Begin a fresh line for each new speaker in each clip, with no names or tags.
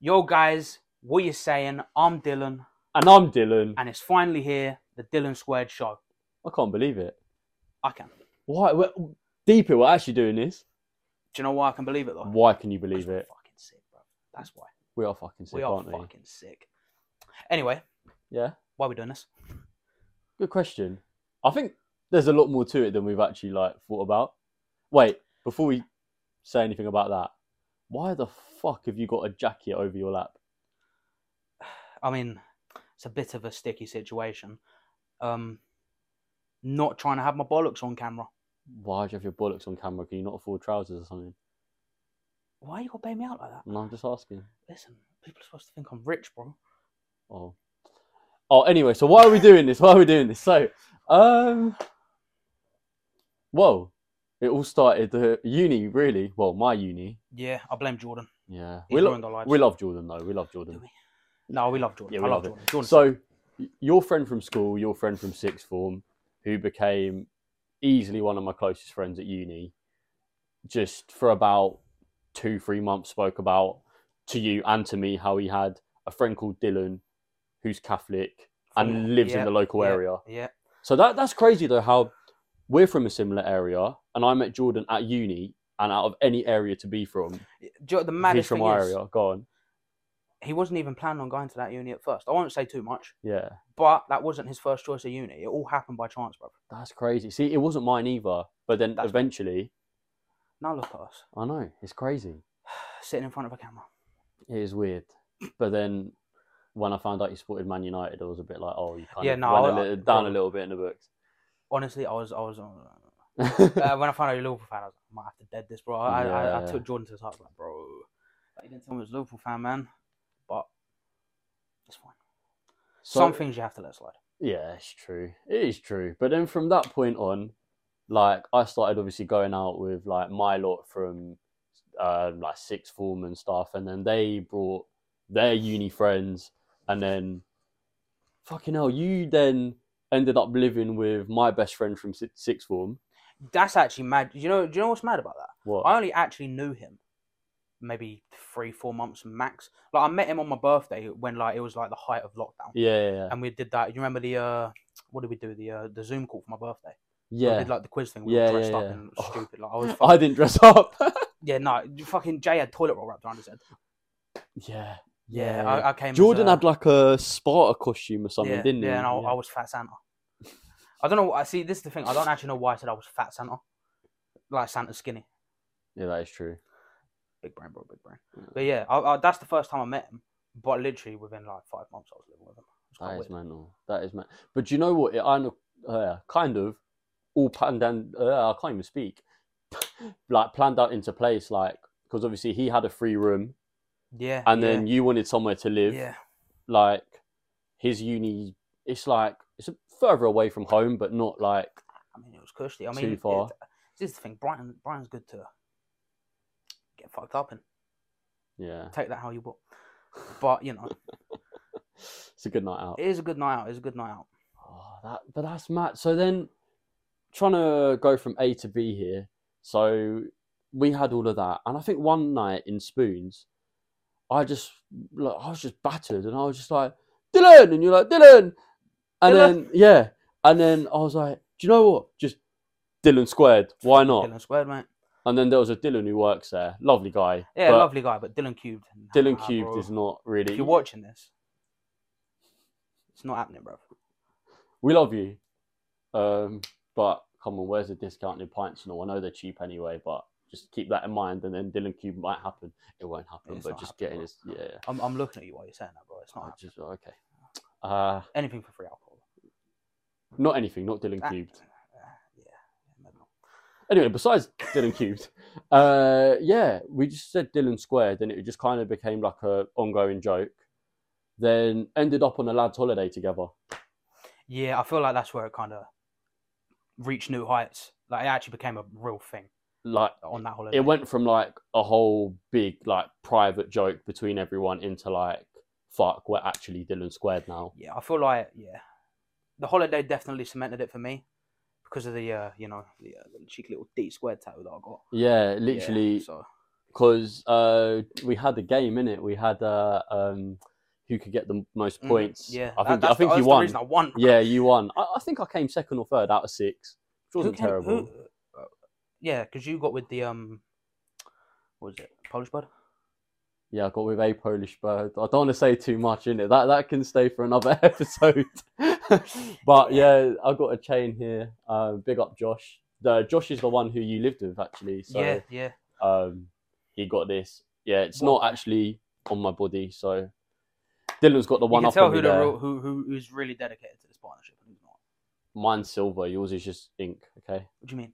Yo, guys, what you saying? I'm Dylan,
And I'm Dylan.
and it's finally here, the Dylan Squared Show.
I can't believe it.
I can. Do
Why? We're, Deeper, we're actually doing this.
you know why I can believe it though?
Why can you believe
'Cause we're
it?
Fucking sick, bro. That's why.
We are fucking sick,
we are
aren't we?
fucking sick. Anyway,
Yeah.
why are we doing this?
Good question. I think there's a lot more to it than we've actually like thought about. Wait, before we say anything about that, why the fuck have you got a jacket over your lap?
I mean, it's a bit of a sticky situation. Um, not trying to have my bollocks on camera.
Why do you have your bollocks on camera? Can you not afford trousers or something?
Why you gotta bail me out like that?
And I'm just asking.
Listen, people are supposed to think I'm rich, bro.
Oh. Oh, anyway, so why are we doing this? Why are we doing this? So, um, well, it all started the uni, really. Well, my uni.
Yeah, I blame Jordan.
Yeah.
He's
We, lo-
ruined our lives.
we love Jordan, though. We love
Do
Jordan.
we? no, we love Jordan.
Yeah,
I
we
love,
love it.
Jordan. Jordan.
So, y- your friend from school, your friend from sixth form, who became easily one of my closest friends at uni, just for about two, three months, spoke about to you and to me how he had a friend called Dylan, who's Catholic and lives in the local
yeah.
area.
yeah,
So that that's crazy though. How we're from a similar area, and I met Jordan at uni, and out of any area to be from,
yeah. Do you know what the maddest
he's from
thing
our
is,
area. Go on,
he wasn't even planning on going to that uni at first. I won't say too much,
yeah,
but that wasn't his first choice of uni. It all happened by chance, brother.
that's crazy. See, it wasn't mine either, but then
That's-
eventually,
Now look at us,
I know it's crazy.
sitting in front of a camera.
It is weird, but then when I found out you supported Man United, I was a bit like, oh, you kind
Yeah,
of
no,
went
I-
a
I-
little, down a little bit in the books.
Honestly, I was, I was. Uh, uh, when I found out you're a Liverpool fan, I was like, I might have to dead this, bro. I, I, I, I
Yeah.
took Jordan to the top, like, bro. He didn't tell me he was a Liverpool fan, man. But it's fine.
So-
Some things you have to let slide.
Yeah, it's true. It is true. But then from that point on, like I started obviously going out with like my lot from um, like sixth form and stuff, and then they brought their uni friends, and then fucking hell, you then ended up living with my best friend from si- sixth form.
That's actually mad. You know, do you know what's mad about that?
What?
I only actually knew him maybe three, four months max. Like I met him on my birthday when like it was like the height of lockdown,
Yeah, yeah,
and we did that. You remember the uh, what did we do? The uh, the Zoom call for my birthday.
yeah.
We
yeah.
did like the quiz thing. We
Yeah,
were dressed
yeah,
up
yeah.
and
Oh.
stupid. Like I was.
I
Fucking,
didn't dress up.
yeah, no, fucking Jay had toilet roll wrapped around his head.
yeah,
Yeah, I, I came. as
Jordan
a-
had like a Sparta costume or something,
yeah,
didn't he?
Yeah, and I, I was Fat Santa. I don't know. I see. This is the thing. I don't actually know why I said I was Fat Santa. Like Santa's skinny.
yeah, that is true.
big brain, bro, big brain.
Yeah.
But yeah, I, I, that's the first time I met him. But literally within like five months, I was living with him. It's quite
That is
weird.
mental. That is mental. But do you know what? It I know- uh, kind of all planned and uh, I can't even speak. like planned out into place, like because obviously he had a free room,
Yeah.
and
yeah,
then you wanted somewhere to live.
yeah,
Like his uni, it's like it's further away from home, but not like
I mean it was cushy. I
Too
mean, it-
far.
this is the thing. Brighton, Brighton's good to get fucked up and
yeah.
take that how you will. But you know,
It's a good night out.
it is a good night out. It's a good night out.
Oh, that, but that's mad. So then, trying to go from A to B here. So we had all of that, and I think one night in Spoons, I just like I was just battered, and I was just like Dylan, and you're like Dylan,
Dylan.
and then yeah, and then I was like, do you know what? Just Dylan squared. Why not?
Dylan squared, mate.
And then there was a Dylan who works there, lovely guy.
Yeah,
but
lovely guy, but Dylan cubed. nah,
Dylan
bro.
cubed is not really.
If you're watching this, it's not happening, bro.
we love you. Um, but come on, where's the discounted pints and all? I know they're cheap anyway, but just keep that in mind. And then Dylan Cube might happen. It won't happen,
It's
but
not
just
happening,
getting his yeah.
I'm, I'm looking at you while you're saying that, bro. It's not
I
happening.
just okay. Uh,
anything for free alcohol.
not anything. Not Dylan
Ah,
Cubed.
ah, yeah, maybe not.
Anyway, besides Dylan Cubed, uh, yeah, we just said Dylan Squared, and it just kind of became like a ongoing joke. Then ended up on a lads' holiday together.
Yeah, I feel like that's where it kind of reached new heights. Like it actually became a real thing
Like
on that holiday.
it went from like a whole big like private joke between everyone into like fuck we're actually dylan squared now
Yeah, I feel like yeah, the holiday definitely cemented it for me because of the uh, you know the, uh, the cheeky little D squared tattoo that I got.
yeah
Yeah,
literally
so
because uh, we had a game in it. We had uh, um, who could get the most
Mm,
points.
Yeah,
I
that-
think
that's
I think
the,
you
that's The
won.
reason I won.
Yeah, you won. I, I think I came second or third out of six, which wasn't
came-
terrible.
uh, yeah, because you got with the um, what was it Polish bird?
Yeah, I got with a Polish bird. I don't want to say too much in it. That that can stay for another episode. but yeah, I got a chain here. Uh, big up Josh. The, Josh is the one who you lived with actually. So
yeah, yeah.
um, he got this. Yeah, it's
What-
not actually on my body. So Dylan's got the
You
one
can
up
tell
on me
who the
there.
real, who who who's really dedicated to this partnership and who's not.
Mine's silver. Yours is just ink. Okay.
What do you mean?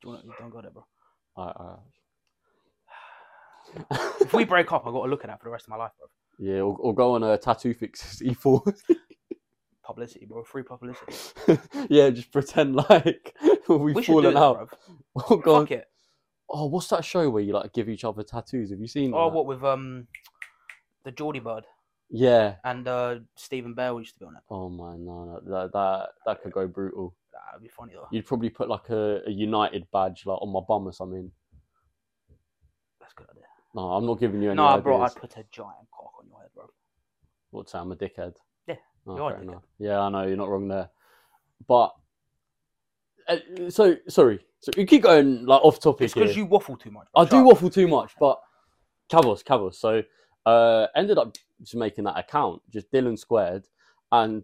Do you want to, don't go there, bro?
All right,
If we break up, I got to look at that for the rest of my life, bro.
yeah, or, or go on a tattoo fix E E4.
Publicity, bro. Free publicity.
yeah, just pretend like we've
We should do
fallen
this,
out.
bro.
Oh god.
Fuck it.
Oh, what's that show where you like give each other tattoos? Have you seen?
Oh,
that?
what with um, the Geordie bird
Yeah.
and uh Stephen Bale used to be on it.
Oh my no, no, that that that could go brutal.
That'd be funny though.
You'd probably put like a, a United badge like on my bum or something.
That's a good idea.
No, I'm not giving you any
No,
ideas.
bro, I'd put a giant cock on your head, bro.
What's that? I'm a dickhead.
Yeah,
Oh,
you are a
fair
dickhead.
enough. Yeah, I know you're not wrong there, but uh, so sorry. So you keep going like off topic
It's because
here.
you waffle too much. bro.
I do
Shut up.
waffle too much, but Cavos, Cavos. So uh, ended up just making that account, just Dylan squared, and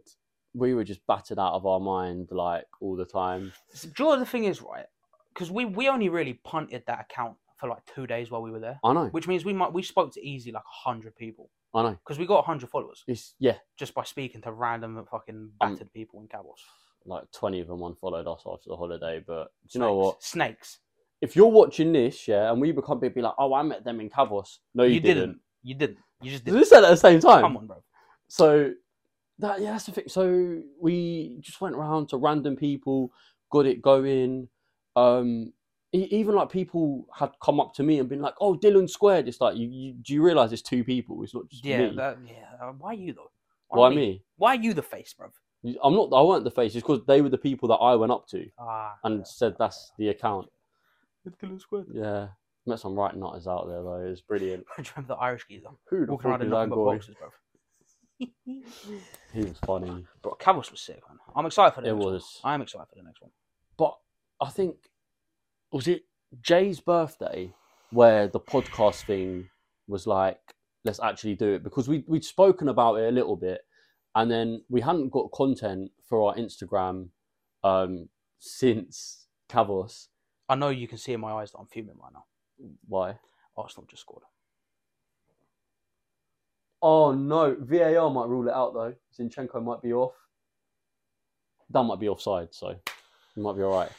we were just battered out of our mind like all the time.
So, do you know what the thing is, right? Because we we only really punted that account for like two days while we were there,
I know,
which means we might we spoke to easy like hundred people
I know.
because we got hundred followers
It's yeah,
just by speaking to random fucking
Um,
battered people in Cavos.
like twenty of them unfollowed us after the holiday. But do you know what?
Snakes.
If you're watching this, yeah, and we become people be like, oh, I met them in Cavos. No, you, didn't.
You didn't. You just
Did
didn't.
we said at the same time?
Come on, bro.
So that yeah, that's the thing. So we just went around to random people, got it going. Um, e- even like people had come up to me and been like, "Oh, Dylan squared." It's like, you, you do you realize it's two people? It's not just
Yeah,
me.
that, yeah. uh, Why you though?
Why me?
Why you the face, bro?
You- I'm not. I weren't the face. It's because they were the people that I went up to
Ah,
and said that's the account.
Nicola Square.
Yeah, met some right nutters out there though. It's brilliant.
Do you remember the Irish geezer
Who the
walking around
fuck
in
is
nothing
that
but
guy?
boxes, bro?
He was funny.
Bro, Cavos was sick, man. I'm excited for the
It
next
was.
one. I am excited for the next one.
but I think was it Jay's birthday where the podcast thing was like, let's actually do it because we we'd spoken about it a little bit, and then we hadn't got content for our Instagram um, since Cavos.
I know you can see in my eyes that I'm fuming right now.
Why?
Arsenal just scored.
Oh no, VAR might rule it out though. Zinchenko might be off. That might be offside, so you might be all right.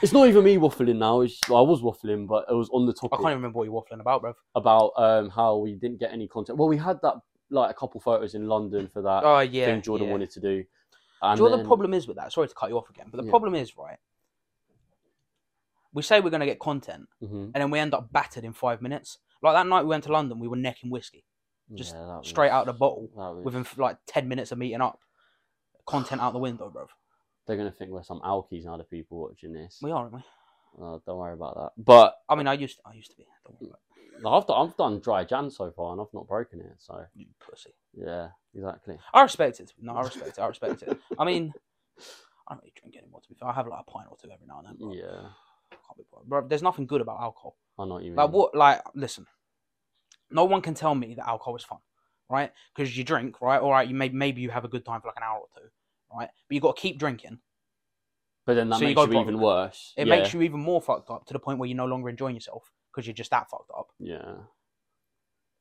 It's not even me waffling now. It's I was waffling, but it was on the
I
topic.
can't even remember what you're waffling about, bro.
about um, how we didn't get any content. Well, we had that like a couple photos in London for that
Oh, yeah.
thing Uh, Jordan
yeah.
wanted to do. And
Do you know what
then-
the problem is with that? Sorry to cut you off again, but the
Yeah.
problem is, right? We say we're going to get content,
Mhm.
and then we end up battered in five minutes. Like that night we went to London, we were necking whiskey Just
mm-hmm. Yeah, that
straight
was-
out of the bottle
that was-
within like 10 minutes of meeting up. Content out the window, bro.
They're gonna think we're some alkies now. The people watching this.
We are, aren't we?
Oh, don't worry about that. But
I mean, I used to, I used to be. Don't worry about
I've done, I've done dry Jan so far, and I've not broken it. So
it, you pussy.
yeah, exactly.
I respect it. No, I respect it. I respect it. I mean, I don't really drink anymore, to be fair. I have like a pint or two every now and then. Bro.
Yeah,
Can't be bothered. Bro, there's nothing good about alcohol.
I know what you mean.
Like, what, like, listen, no one can tell me that alcohol is fun, right? Because you drink, right? All right, you may, maybe you have a good time for like an hour or two, right? But you got to keep drinking.
But then that
so you
makes
got
you,
a
even
problem.
worse.
It
yeah.
makes you even more fucked up to the point where you're no longer enjoying yourself because you're just that fucked up.
yeah.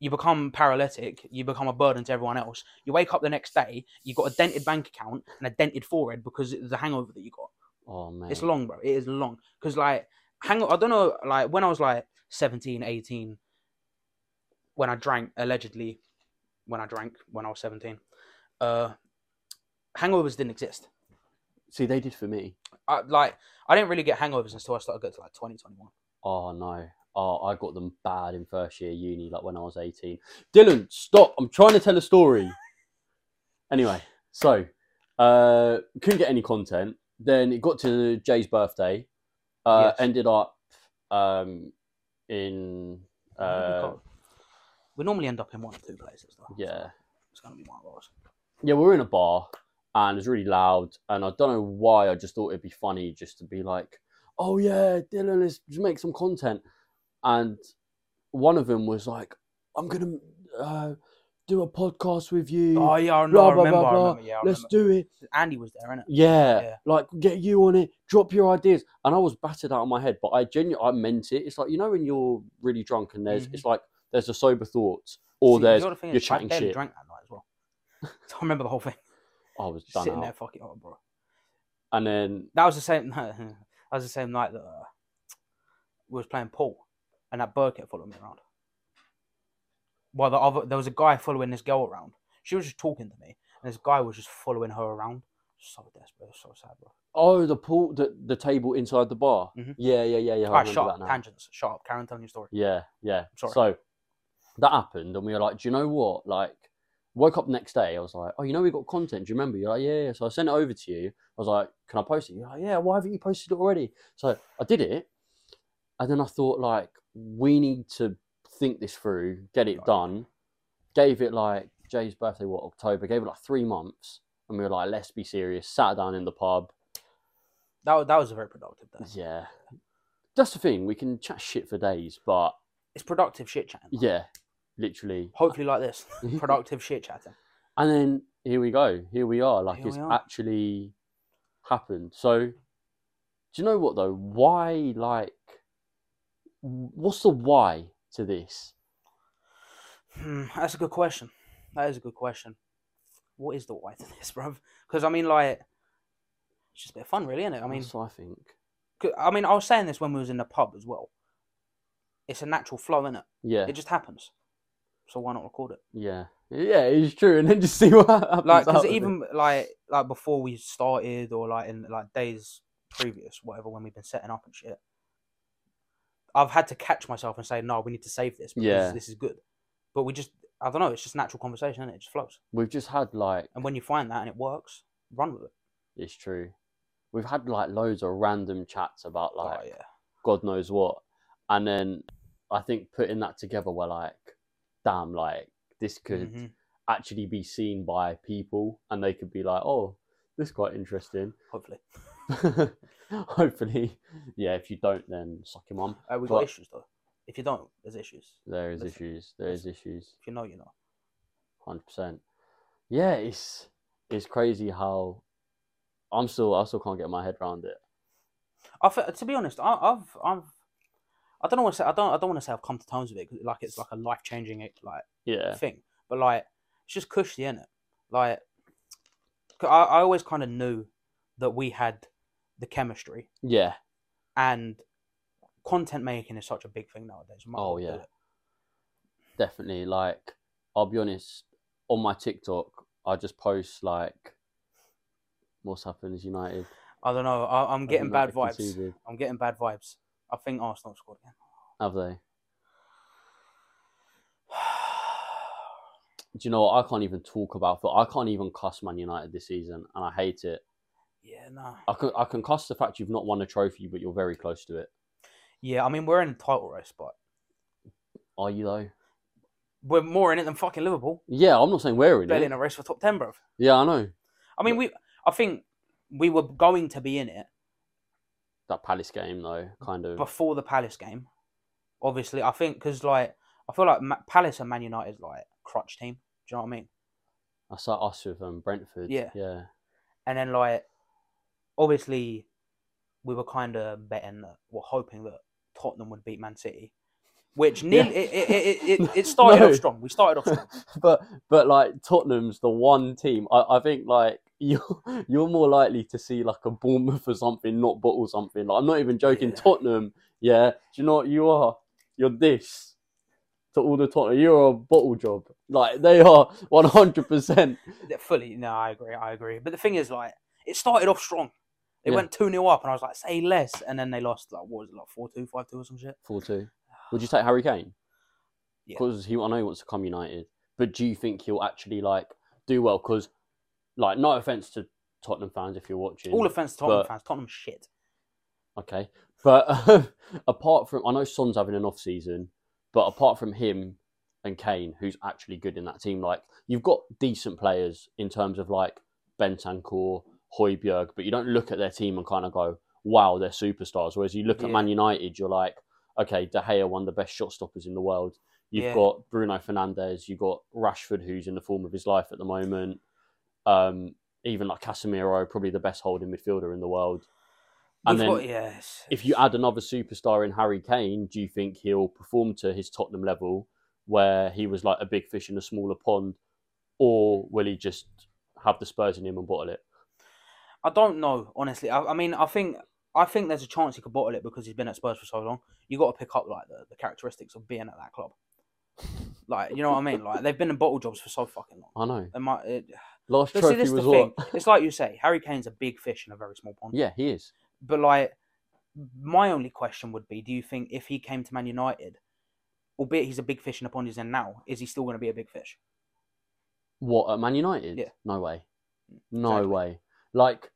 You become paralytic. You become a burden to everyone else. You wake up the next day, you've got a dented bank account and a dented forehead because of the hangover that you got.
Oh man.
It's long, bro. It is long. Because, like, hang I don't know, like, when I was like 17, 18, when I drank, allegedly, when I drank when I was 17, uh, hangovers didn't exist.
See, they did for me.
I, like, I didn't really get hangovers until I started getting to like 20, 21.
Oh no. Oh, I got them bad in first year uni, like when I was 18. Dylan, stop. I'm trying to tell a story. anyway, so uh couldn't get any content. Then it got to Jay's birthday. Uh
Yes.
ended up um in
We
uh,
can't- we normally end up in one of two places though.
yeah.
It's gonna be one of ours.
yeah, we were in a bar and it was really loud. And I don't know why, I just thought it'd be funny just to be like, oh, yeah, Dylan, let's just make some content. And one of them was like, I'm going to uh, do a podcast with you.
Oh yeah, I, know,
Blah,
I
blah, blah,
remember.
blah.
I remember. Yeah, I
let's
remember.
do it.
Andy was there, innit?
Yeah,
Yeah.
like get you on it, drop your ideas. And I was battered out of my head, but I genuinely I meant it. It's like, you know, when you're really drunk and there's,
Mhm.
it's like, there's the sober thoughts or
See,
there's,
the other thing
you're
is,
chatting
Dave
shit.
drank that night as well. So I remember the whole thing.
I was
Just
done
sitting
out.
there, fucking, oh, bro.
And then
That was the same. that was the same night that uh, we was playing pool, and that bird kept following me around. Well, the other there was a guy following this girl around. She was just talking to me, and this guy was just following her around. So desperate, it was so sad, bro.
Oh, the pool, the, the table inside the bar.
Mhm.
Yeah, yeah, yeah, yeah. I
All right,
remember
shut
that
up.
now.
Tangents. Shut up. Karen, tell your story.
Yeah, yeah.
Sorry.
So that happened, and we were like, "Do you know what?" Like, woke up the next day. I was like, "Oh, you know, we got content. Do you remember?" You're like, "Yeah." yeah." So I sent it over to you. I was like, "Can I post it?" You're like, "Yeah." Why haven't you posted it already? So I did it, and then I thought, like, we need to think this through, get it
Right.
done. Gave it like Jay's birthday, what October? Gave it like three months, and we were like, "Let's be serious." Sat down in the pub.
That wa- that was a very productive day.
Yeah. That's the thing, we can chat shit for days, but
It's productive shit chatting.
yeah, literally.
Hopefully, like this, productive shit chatting.
And then here we go. Here we are. Like
Here
it's
we are.
actually happened. So do you know what though? Why like w- what's the why to this?
Hmm, that's a good question. That is a good question. What is the why to this, bruv? Because I mean, like, it's just a bit of fun, really, isn't it? I mean,
That's what I think.
'cause- I mean, I was saying this when we was in the pub as well. It's a natural flow, innit?
Yeah.
It just happens. So why not record it?
Yeah. Yeah, it's true. And then just see what happens.
Like, because
out of it.
even like like before we started, or like in like days previous, whatever, when we've been setting up and shit, I've had to catch myself and say, no, we need to save this because
Yeah.
this is good. But we just, I don't know, it's just natural conversation, and it? it just flows.
we've just had like
And when you find that and it works, run with it.
it's true. We've had like loads of random chats about like
oh yeah,
God knows what. And then I think putting that together, we're like, damn, like this could
Mhm.
actually be seen by people and they could be like, oh, this is quite interesting.
hopefully.
Hopefully, yeah, if you don't, then suck your mum.
Uh, we
But-
got issues though. If you don't, there's issues.
There is
Listen,
issues. There is issues.
If you know, you know.
100%. Yeah, it's it's crazy how I'm still, I still can't get my head around it.
I fe- to be honest, I, I've I've I don't want to say I don't I don't want to say I've come to terms with it 'cause, like it's like a life changing like
Yeah.
thing, but like it's just cushy, is it? Like 'cause I, I always kind of knew that we had the chemistry
Yeah.
and content making is such a big thing nowadays. You might as
Oh,
well do
yeah.
it.
definitely like i'll be honest on my tiktok i just post like what's happened is united
I don't know. I, I'm
Have
getting bad
United
vibes.
conceded?
I'm getting bad vibes. I think Arsenal scored again.
have they do you know what? i can't even talk about foot i can't even cuss man united this season and i hate it
yeah, no.
i can, I can cuss the fact you've not won a trophy but you're very close to it
Yeah, I mean we're in the title race, but
are you though
we're more in it than fucking Liverpool.
yeah i'm not saying we're in
Barely in
it
a race for top ten, bro.
yeah i know
I mean, we. I think we were going to be in it
that palace game though kind of
before the Palace game. Obviously, I think because like I feel like Ma- Palace and Man United like crutch team. Do you know what I mean?
i saw us with um, brentford
Yeah.
yeah
And then like obviously we were kind of betting that we're hoping that Tottenham would beat Man City, which nearly it, it, it, it, it started
No.
off strong. We started off strong.
but but like Tottenham's the one team I, I think like you're you're more likely to see like a Bournemouth or something not bottle something. Like I'm not even joking.
Yeah.
Tottenham, yeah. Do you know what you are? You're this to all the Tottenham. You're a bottle job. Like they are 100. percent
They're fully no, I agree, I agree. But the thing is, like, it started off strong. They
Yeah.
went two 0 up, and I was like, say less, and then they lost like what was it, like 4-2, 5-2 or some shit.
Four two. Would you take Harry Kane?
Yeah.
Because he, I know he wants to come United, but do you think he'll actually like do well? Because like, no offense to Tottenham fans if you're watching.
All offense to Tottenham
But-
fans, Tottenham shit.
Okay, But um, apart from, I know Son's having an off season, but apart from him and Kane, who's actually good in that team, like you've got decent players in terms of like Bentancur, Hoybjerg, but you don't look at their team and kind of go, wow, they're superstars. Whereas you look at
Yeah.
Man United, you're like, okay, De Gea, one of the best shot stoppers in the world. You've
Yeah.
got Bruno Fernandez, you've got Rashford, who's in the form of his life at the moment. Um, even like Casemiro, probably the best holding midfielder in the world. And
We've
then
got, yes.
if you add another superstar in Harry Kane, do you think he'll perform to his Tottenham level where he was like a big fish in a smaller pond? Or will he just have the Spurs in him and bottle it?
I don't know, honestly. I, I mean, I think I think there's a chance he could bottle it because he's been at Spurs for so long. You got to pick up like the, the characteristics of being at that club. Like, you know what I mean? Like they've been in bottle jobs for so fucking long.
I know.
It might, it,
Last
but see,
trophy
this is the
was
thing.
what?
It's like you say, Harry Kane's a big fish in a very small pond.
Yeah, he is.
But like, my only question would be: Do you think if he came to Man United, albeit he's a big fish in a pond he's in now, is he still going to be a big fish?
What at Man United?
Yeah. Mm,
No way. No
Exactly.
way. Like,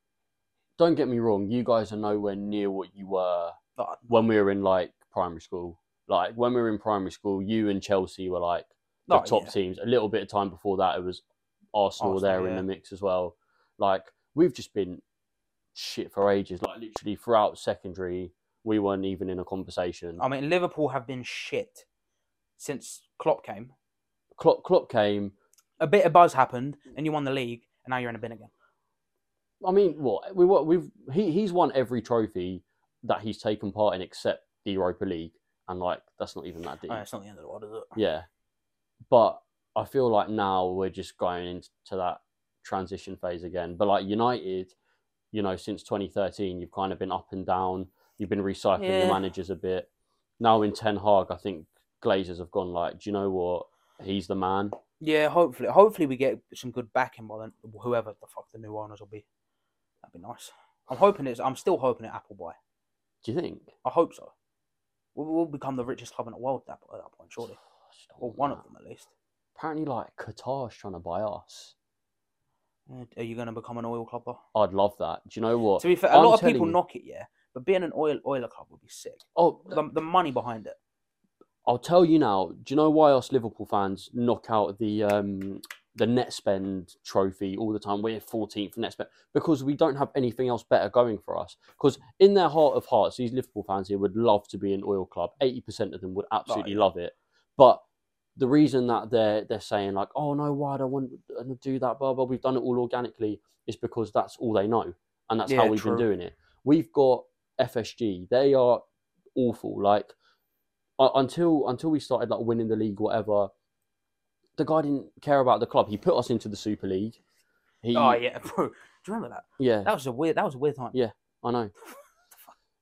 don't get me wrong. You guys are nowhere near what you were
But
when we were in like primary school. Like when we were in primary school, you and Chelsea were like the
no,
top
yeah.
teams. A little bit of time before that, it was Arsenal,
Arsenal,
there in
yeah.
the mix as well. Like we've just been shit for ages. Like literally throughout secondary, we weren't even in a conversation.
I mean, Liverpool have been shit since Klopp came.
Klopp, Klopp came.
a bit of buzz happened
Mm.
and you won the league and now you're in a bin again.
I mean, what we what we've he he's won every trophy that he's taken part in except the Europa League, and like that's not even that deep.
Oh, it's not the end of the world, is it?
Yeah, but I feel like now we're just going into that transition phase again. But like United, you know, since 2013, you've kind of been up and down. You've been recycling
Yeah.
your managers a bit. Now in Ten Hag, I think Glazers have gone like, do you know what? He's the man.
Yeah, hopefully, hopefully we get some good backing by then, whoever the fuck the new owners will be. That'd be nice. I'm hoping it's. I'm still hoping it Appleby.
Do you think?
I hope so. We'll, we'll become the richest club in the world at that, at that point, surely, or one of them at least.
Apparently, like Qatar's trying to buy us.
Uh, Are you going to become an oil club though?
I'd love that. Do you know what?
To be fair, a
I'm
lot of
telling
people
you-
knock it, yeah, but being an oil oiler club would be sick.
Oh,
The, the money behind it.
I'll tell you now. Do you know why us Liverpool fans knock out the um, the net spend trophy all the time? We're 14th net spend because we don't have anything else better going for us. Because in their heart of hearts, these Liverpool fans here would love to be an oil club. 80% of them would absolutely
yeah.
love it. But the reason that they're they're saying like, oh no, why do I want to do that? Blah blah. We've done it all organically. Is because that's all they know, and that's how
Yeah,
we've
true.
been doing it. We've got FSG. They are awful. Like u- until until we started like winning the league, whatever. The guy didn't care about the club. He put us into the Super League. He,
Oh yeah, bro. Do you remember that?
yeah,
That was a weird. That was a weird time.
Yeah. I know.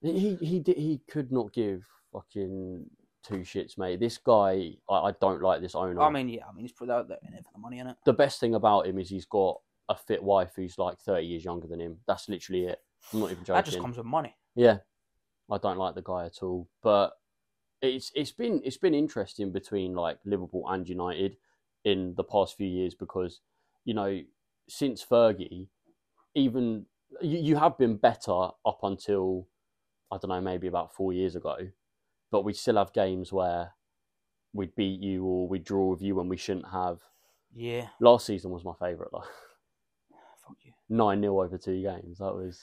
He he he, did, he could not give fucking two shits, mate. This guy, I, I don't like this owner.
I mean, yeah. I mean, it's they're, they're in it for the money, innit?
the best thing about him is he's got a fit wife who's like 30 years younger than him. That's literally it. I'm not even joking.
That just comes with money.
Yeah, I don't like the guy at all. But it's it's been it's been interesting between like Liverpool and United in the past few years because you know since Fergie, even you, you have been better up until I don't know maybe about four years ago, but we still have games where we'd beat you or we draw with you when we shouldn't have.
Yeah.
Last season was my favourite, like
Fuck you.
nine 0 over two games. That was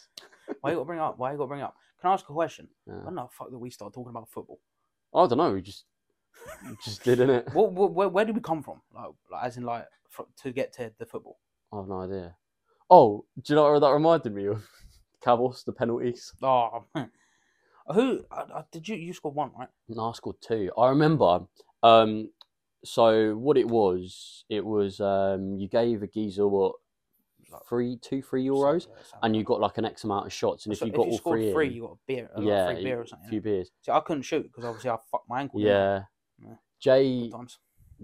Why you got to bring it up? Why you got to bring it up? Can I ask a question?
Yeah.
When the fuck did we start talking about football?
I don't know. We just just didn't it.
What, what, where, where did we come from? Like, like as in like fro- to get to the football.
I have no idea. Oh, do you know what that reminded me of? Cavos, the penalties.
Oh, man. who uh, uh, did you? You scored one, right?
No, I scored two. I remember. Um, so what it was, it was um, you gave a geezer what three, two, three euros,
So- yeah, something
and you
like
got like an X amount of shots,
that.
and if
So
you got all
scored
three,
three,
in,
you got a beer, a
Yeah,
free beer or
a
something.
few
innit?
beers.
See, I couldn't shoot because obviously I fucked my ankle. didn't I,
Yeah.
Yeah.
Jay
Times.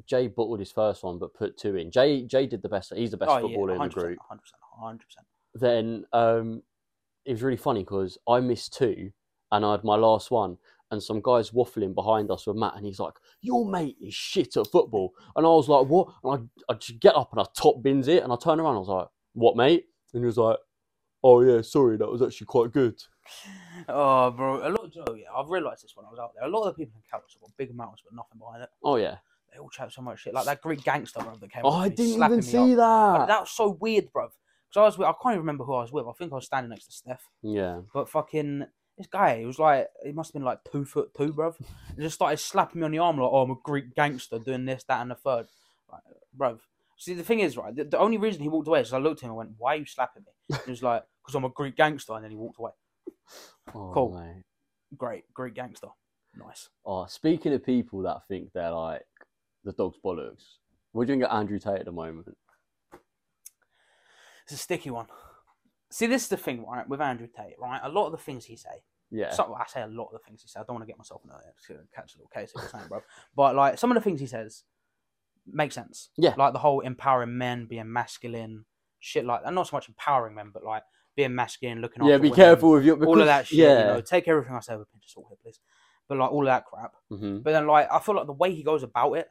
Jay bottled his first one, but put two in. Jay Jay did the best. He's the best
Oh, yeah,
footballer in the
100%,
group.
100%, 100%.
then um, it was really funny because I missed two and I had my last one. And some guys waffling behind us with Matt, and he's like, "Your mate is shit at football." And I was like, "What?" And I, I just get up and I top bins it, and I turn around, I was like, "What, mate?" And he was like, "Oh yeah, sorry, that was actually quite good."
oh, bro, a lot. Of, oh, yeah, I've realised this when I was out there. A lot of the people in Cowboys have got big amounts, but nothing behind it.
Oh yeah.
They all chat so much shit. Like that Greek gangster bro that came.
Oh,
up to
I
me,
didn't
slapping
even
me
see
up. Like,
that.
that was so weird, bro. Because I was with, I can't even remember who I was with. I think I was standing next to Steph.
Yeah.
But fucking this guy, he was like, he must have been like two foot two, bruv. He just started slapping me on the arm like, oh, I'm a Greek gangster doing this, that, and the third, like, bruv. See, the thing is, right, the, the only reason he walked away is 'cause I looked at him and went, why are you slapping me? And he was like, because I'm a Greek gangster, and then he walked away.
Oh,
Cool.
mate.
Great, Greek gangster, nice.
Oh, speaking of people that think they're like the dog's bollocks, what do you think of Andrew Tate at the moment?
It's a sticky one. See, this is the thing, right, with Andrew Tate, right? A lot of the things he say,
Yeah.
So I say a lot of the things he said. I don't want to get myself in a to catch a little case or something, bro. But like some of the things he says make sense.
Yeah.
Like the whole empowering men, being masculine, shit like that. Not so much empowering men, but like being masculine, looking after
yeah, be
women,
careful with your
all of that shit.
Yeah.
You know, take everything I say with a pinch of salt here, please. But like all of that crap.
hmm
But then like I feel like the way he goes about it,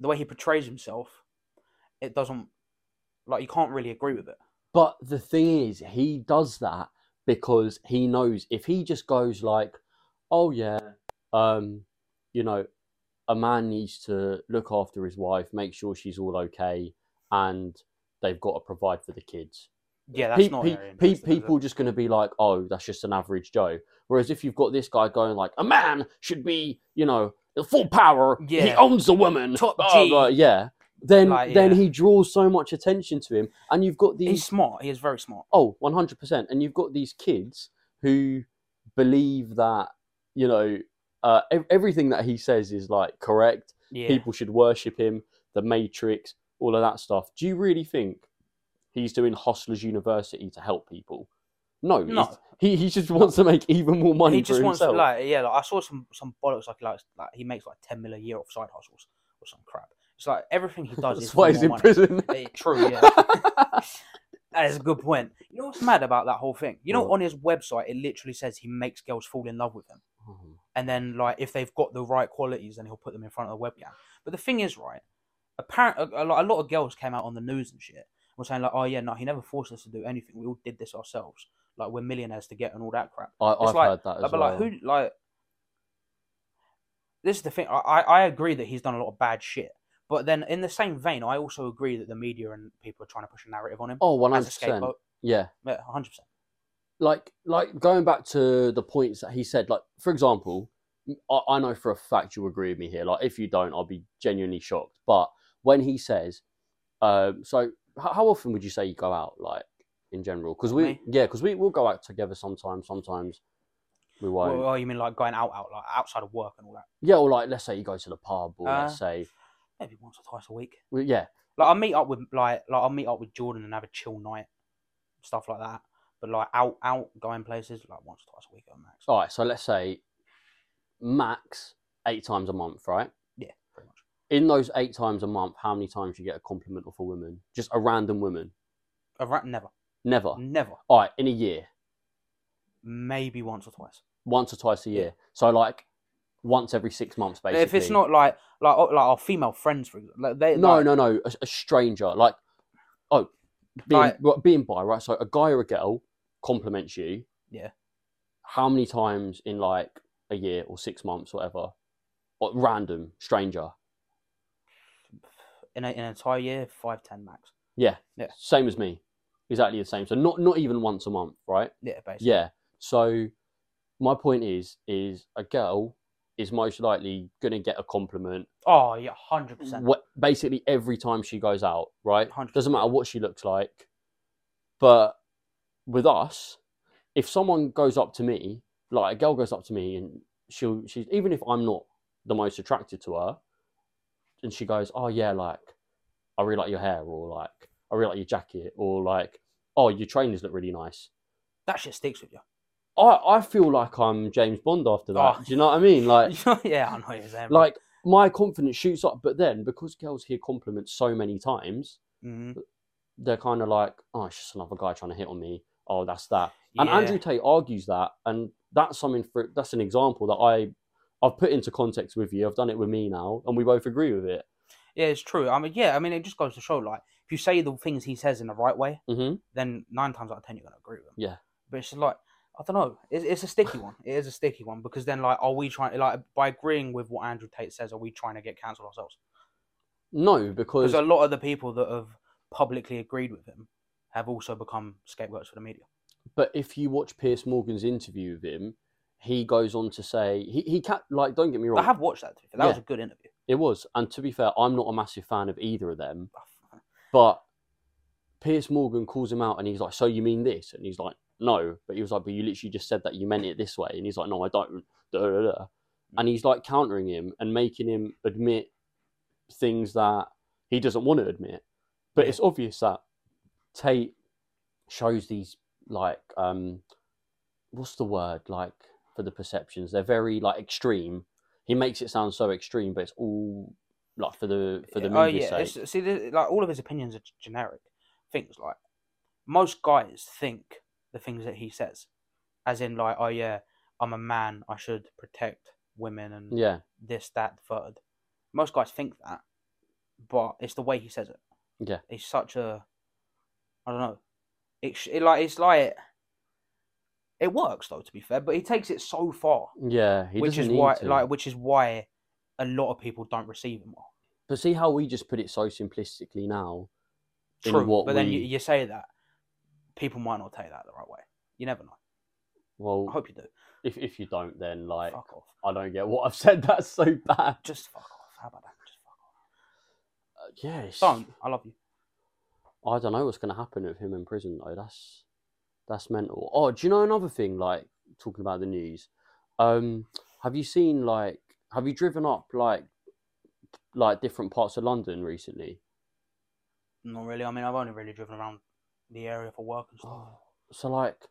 the way he portrays himself, it doesn't like you can't really agree with it.
But the thing is, he does that because he knows if he just goes like, "Oh yeah, um, you know, a man needs to look after his wife, make sure she's all okay, and they've got to provide for the kids."
Yeah, that's
Pe-
not
pe-
very
pe-
interesting, is it?
people just going to be like, "Oh, that's just an average Joe." Whereas if you've got this guy going like, "A man should be, you know, full power. He
Yeah.
owns the woman.
Top
blah, blah,
G.
blah," yeah." Then,
Like,
then
yeah.
he draws so much attention to him, and you've got these
He's smart. He is very smart.
oh 100% and you've got these kids who believe that you know uh, ev- everything that he says is like correct
Yeah.
people should worship him the matrix all of that stuff do you really think he's doing hustlers university to help people no,
No.
he's- He, he just wants to make even more money
he just
for
wants
himself
like yeah like i saw some some bollocks like like, like he makes like 10 mil a year off side hustles or some crap it's like everything he does is
that's
for
why he's
more
in
money.
prison
Eh, true yeah that is a good point you know what's mad about that whole thing you know
What?
on his website it literally says he makes girls fall in love with him
Oh,
and then like if they've got the right qualities then he'll put them in front of the webcam but the thing is right apparently a, a lot a lot of girls came out on the news and shit and were saying like oh yeah no he never forced us to do anything we all did this ourselves like we're millionaires to get and all that crap
I,
It's
i've
like-
heard that as
but
well
like who like this is the thing. I, I I agree that he's done a lot of bad shit, but then in the same vein, I also agree that the media and people are trying to push a narrative on him
oh
as a
100%
scapegoat.
yeah
Yeah, hundred percent.
like like going back to the points that he said like for example I, I know for a fact you'll agree with me here like if you don't i'll be genuinely shocked but when he says um so h- how often would you say you go out like in general because we
Me?
yeah because we will go out together sometimes sometimes we won't
Well, well, you mean like going out, out, like outside of work and all that?
yeah or like let's say you go to the pub or
Uh.
let's say
Maybe once or twice a week.
well, yeah
Like I meet up with like like I'll meet up with Jordan and have a chill night, stuff like that. But like out, out going places like once or twice a week at max.
all right so let's say max eight times a month right
Pretty much.
in those eight times a month how many times you get a compliment off a woman just a random woman
A rat, never,
never
never.
All right, in a year,
Maybe once or twice.
once or twice a
Yeah.
year. So like once every six months, basically.
If it's not like like oh, like our female friends, for example, like they
no,
like,
no, no, a, a stranger, like oh, being
Like-
right, being bi, right? So a guy or a girl compliments you.
Yeah.
How many times in like a year or six months, whatever, or random stranger?
in, a, in an entire year, five ten max.
Same as me, exactly the same. So not not even once a month, right?
Yeah, basically.
Yeah. So my point is, is a girl is most likely gonna get a compliment
Oh yeah, hundred percent.
what basically every time she goes out, right?
100%.
Doesn't matter what she looks like. But with us, if someone goes up to me, like a girl goes up to me and she'll she's even if I'm not the most attracted to her, and she goes, Oh yeah, like I really like your hair or like I really like your jacket or like oh your trainers look really nice.
That shit sticks with you.
I, I feel like I'm James Bond after that.
Oh.
Do you know what I mean? Like
yeah, I know what you're saying. bro.
like my confidence shoots up but then because girls hear compliments so many times
Mhm.
they're kind of like oh it's just another guy trying to hit on me oh that's that and
Yeah.
andrew tate argues that and that's something for that's an example that i i've put into context with you i've done it with me now and we both agree with it
yeah, it's true. I mean, yeah, I mean, it just goes to show, like, if you say the things he says in the right way,
mm-hmm.
then nine times out of ten you're gonna agree with him.
Yeah.
But it's just like I don't know. It's, it's a sticky one. It is a sticky one because then, like, are we trying like by agreeing with what Andrew Tate says, are we trying to get cancelled ourselves?
No,
Because
because
a lot of the people that have publicly agreed with him have also become scapegoats for the media.
but if you watch Pierce Morgan's interview with him, he goes on to say he he can like don't get me
I
wrong,
have watched that. to be fair. That was a
Yeah.
good interview.
it was. And to be fair, I'm not a massive fan of either of them, but Pierce Morgan calls him out and he's like, "So you mean this?" And he's like, "No," but he was like, "But you literally just said that you meant it this way," and he's like, "No, I don't." Da, da, da. And he's like countering him and making him admit things that he doesn't want to admit. But
Yeah.
it's obvious that Tate shows these like um what's the word like for the perceptions? They're very like extreme. He makes it sound so extreme, but it's all like for the for the
oh
movie
yeah,
sake.
it's, see, the, like all of his opinions are g- generic. Things like most guys think the things that he says, as in like, oh yeah, I'm a man, I should protect women and
Yeah.
this, that, third. Most guys think that, but it's the way he says it.
Yeah.
he's such a, I don't know, it, sh- it like it's like it works though. To be fair, but he takes it so far,
Yeah, he
which
doesn't
is
need
why
to.
like which is why a lot of people don't receive him. Well.
But see how we just put it so simplistically now. in
True,
what
but then you,
we-
you say that people might not take that the right way. You never know. I
Well,
hope you do.
if if you don't, then like
fuck off.
I don't get what I've said. That's so bad.
Just fuck off. How about that? Just fuck
Uh, yeah, it's-
off. Don't. I love you.
I don't know what's going to happen with him in prison though. That's that's mental. Oh, do you know another thing? Like talking about the news. Um, have you seen like have you driven up like like different parts of London recently?
Not really. I mean, I've only really driven around the area for work and stuff.
Oh, so like,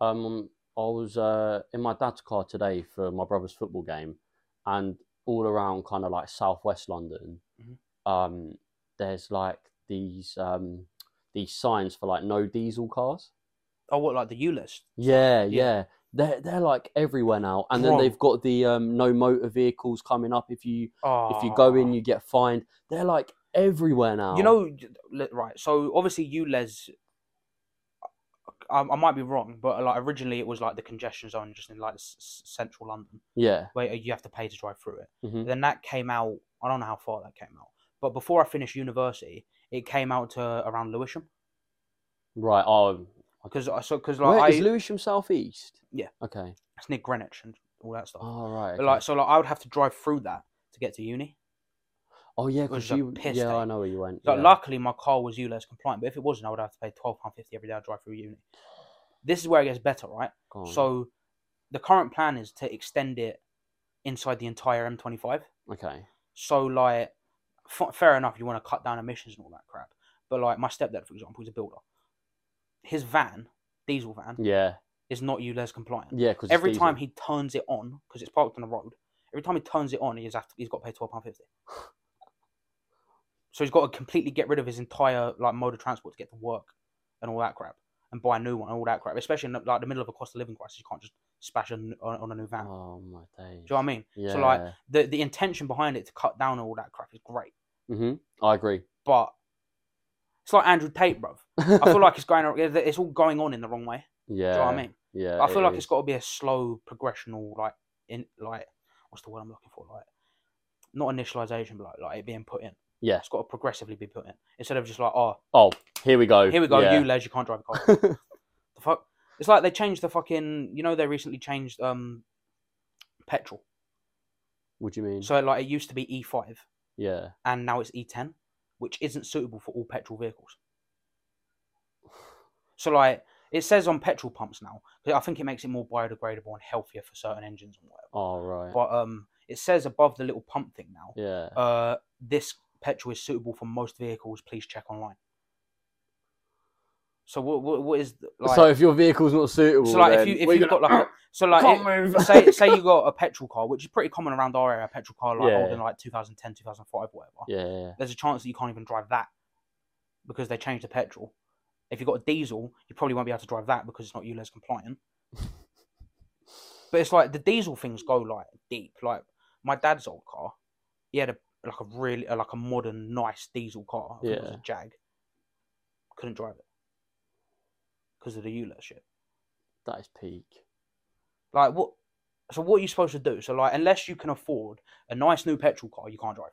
um, I was uh, in my dad's car today for my brother's football game, and all around kind of like southwest London,
Mhm.
um, there's like these um these signs for like no diesel cars.
Oh, what like the U list?
Yeah, yeah.
Yeah.
They're they're like everywhere now, and then
Bro.
they've got the um no motor vehicles coming up. If you
Oh,
if you go in, you get fined. They're like everywhere now.
You know, j- li- right? So obviously, ULEZ. I, I might be wrong, but like originally it was like the congestion zone, just in like s- s- central London,
Yeah.
where you have to pay to drive through it.
hmm
then that came out i don't know how far that came out but before i finished university it came out to around lewisham
Right. Oh,
because i so because
where is
like I,
Lewisham southeast?
Yeah.
Okay.
it's near greenwich and all that stuff
Oh right.
But,
okay.
like so like i would have to drive through that to get to uni
oh yeah,
was
because
a
you.
piss
yeah, I
take.
know where you went.
Like,
yeah.
luckily my car was ULEZ compliant but if it wasn't i would have to pay £12.50 every day i drive through uni this is where it gets better right
Go on.
so the current plan is to extend it inside the entire m25
okay.
So like, f- fair enough, you want to cut down emissions and all that crap. But like my stepdad, for example, is a builder. His van, diesel van,
Yeah.
is not ULEZ compliant.
Yeah. Because
every time he turns it on, because it's parked on the road, every time he turns it on, he's have to, he's got to pay twelve pound fifty. so he's got to completely get rid of his entire like mode of transport to get to work and all that crap, and buy a new one and all that crap. Especially in the, like the middle of a cost of living crisis, you can't just splash on, on, on a new van. Do
Oh my days.
you know what I mean?
Yeah.
So like the the intention behind it to cut down on all that crap is great
hmm I agree.
but it's like Andrew Tate, bruv. I feel like it's going, it's all going on in the wrong way. Do
yeah.
you know what I mean?
Yeah.
I feel
it
like
is.
it's got to be a slow progressional, like in like what's the word I'm looking for, like not initialization, but like, like it being put in.
Yeah.
It's got to progressively be put in instead of just like, oh,
Oh, here we go.
here we go,
Yeah.
you les, you can't drive a car. the fuck? It's like they changed the fucking, you know, they recently changed um petrol.
What do you mean?
So like it used to be E E5
yeah.
and now it's E10, which isn't suitable for all petrol vehicles. So like it says on petrol pumps now, 'cause I think it makes it more biodegradable and healthier for certain engines and whatever.
All Oh, right.
But um, it says above the little pump thing now,
yeah.
uh, this petrol is suitable for most vehicles. Please check online. So what what, what is the- like?
so if your vehicle's not suitable,
so like if
then
you if
we're
you've
gonna-
got like a, so like
can't
it-
move.
say say you got a petrol car, which is pretty common around our area, a petrol car like
Yeah.
older than like 2010, 2005, whatever
yeah, yeah.
there's a chance that you can't even drive that because they changed the petrol. If you've got a diesel, you probably won't be able to drive that because it's not ULEZ compliant. but it's like the diesel things go like deep. Like my dad's old car, he had a like a really like a modern nice diesel car. I think It was
Yeah.
a Jag. Couldn't drive it because of the ULEZ shit.
That is peak.
Like what? So what are you supposed to do? So like, unless you can afford a nice new petrol car, you can't drive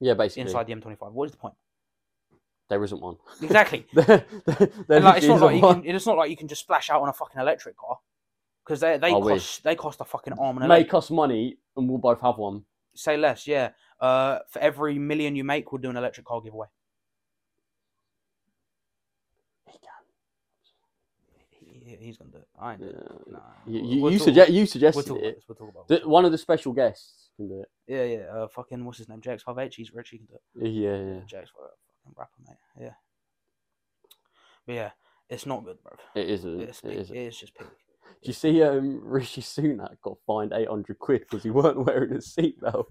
Yeah, basically.
inside the M25. What is the point?
There isn't one.
Exactly.
there, there,
and like, it's not
isn't
like you
one.
can, it's not like you can just splash out on a fucking electric car because they they
I
cost
wish.
they cost a fucking arm and a leg.
Make us money and we'll both have one.
Say less, yeah. Uh, for every million you make, we'll do an electric car giveaway. He, he's gonna do it. I ain't.
Yeah.
doing it. Nah.
You,
We'll-
you,
we'll
you,
talk-
suggest, you
We'll
suggested
talk about
it.
this. We'll talk about
The,
this.
one of the special guests can do it.
Yeah, yeah. Uh, fucking what's his name? Jax Five H. He's rich. He can do it.
Yeah, yeah.
Jax Five fucking rapper, mate. Yeah. But yeah, it's not good, bro.
It isn't.
It's
it
peak.
isn't.
It's just peak.
Do you see um, Rishi Sunak got fined 800 quid because he weren't wearing his seatbelt?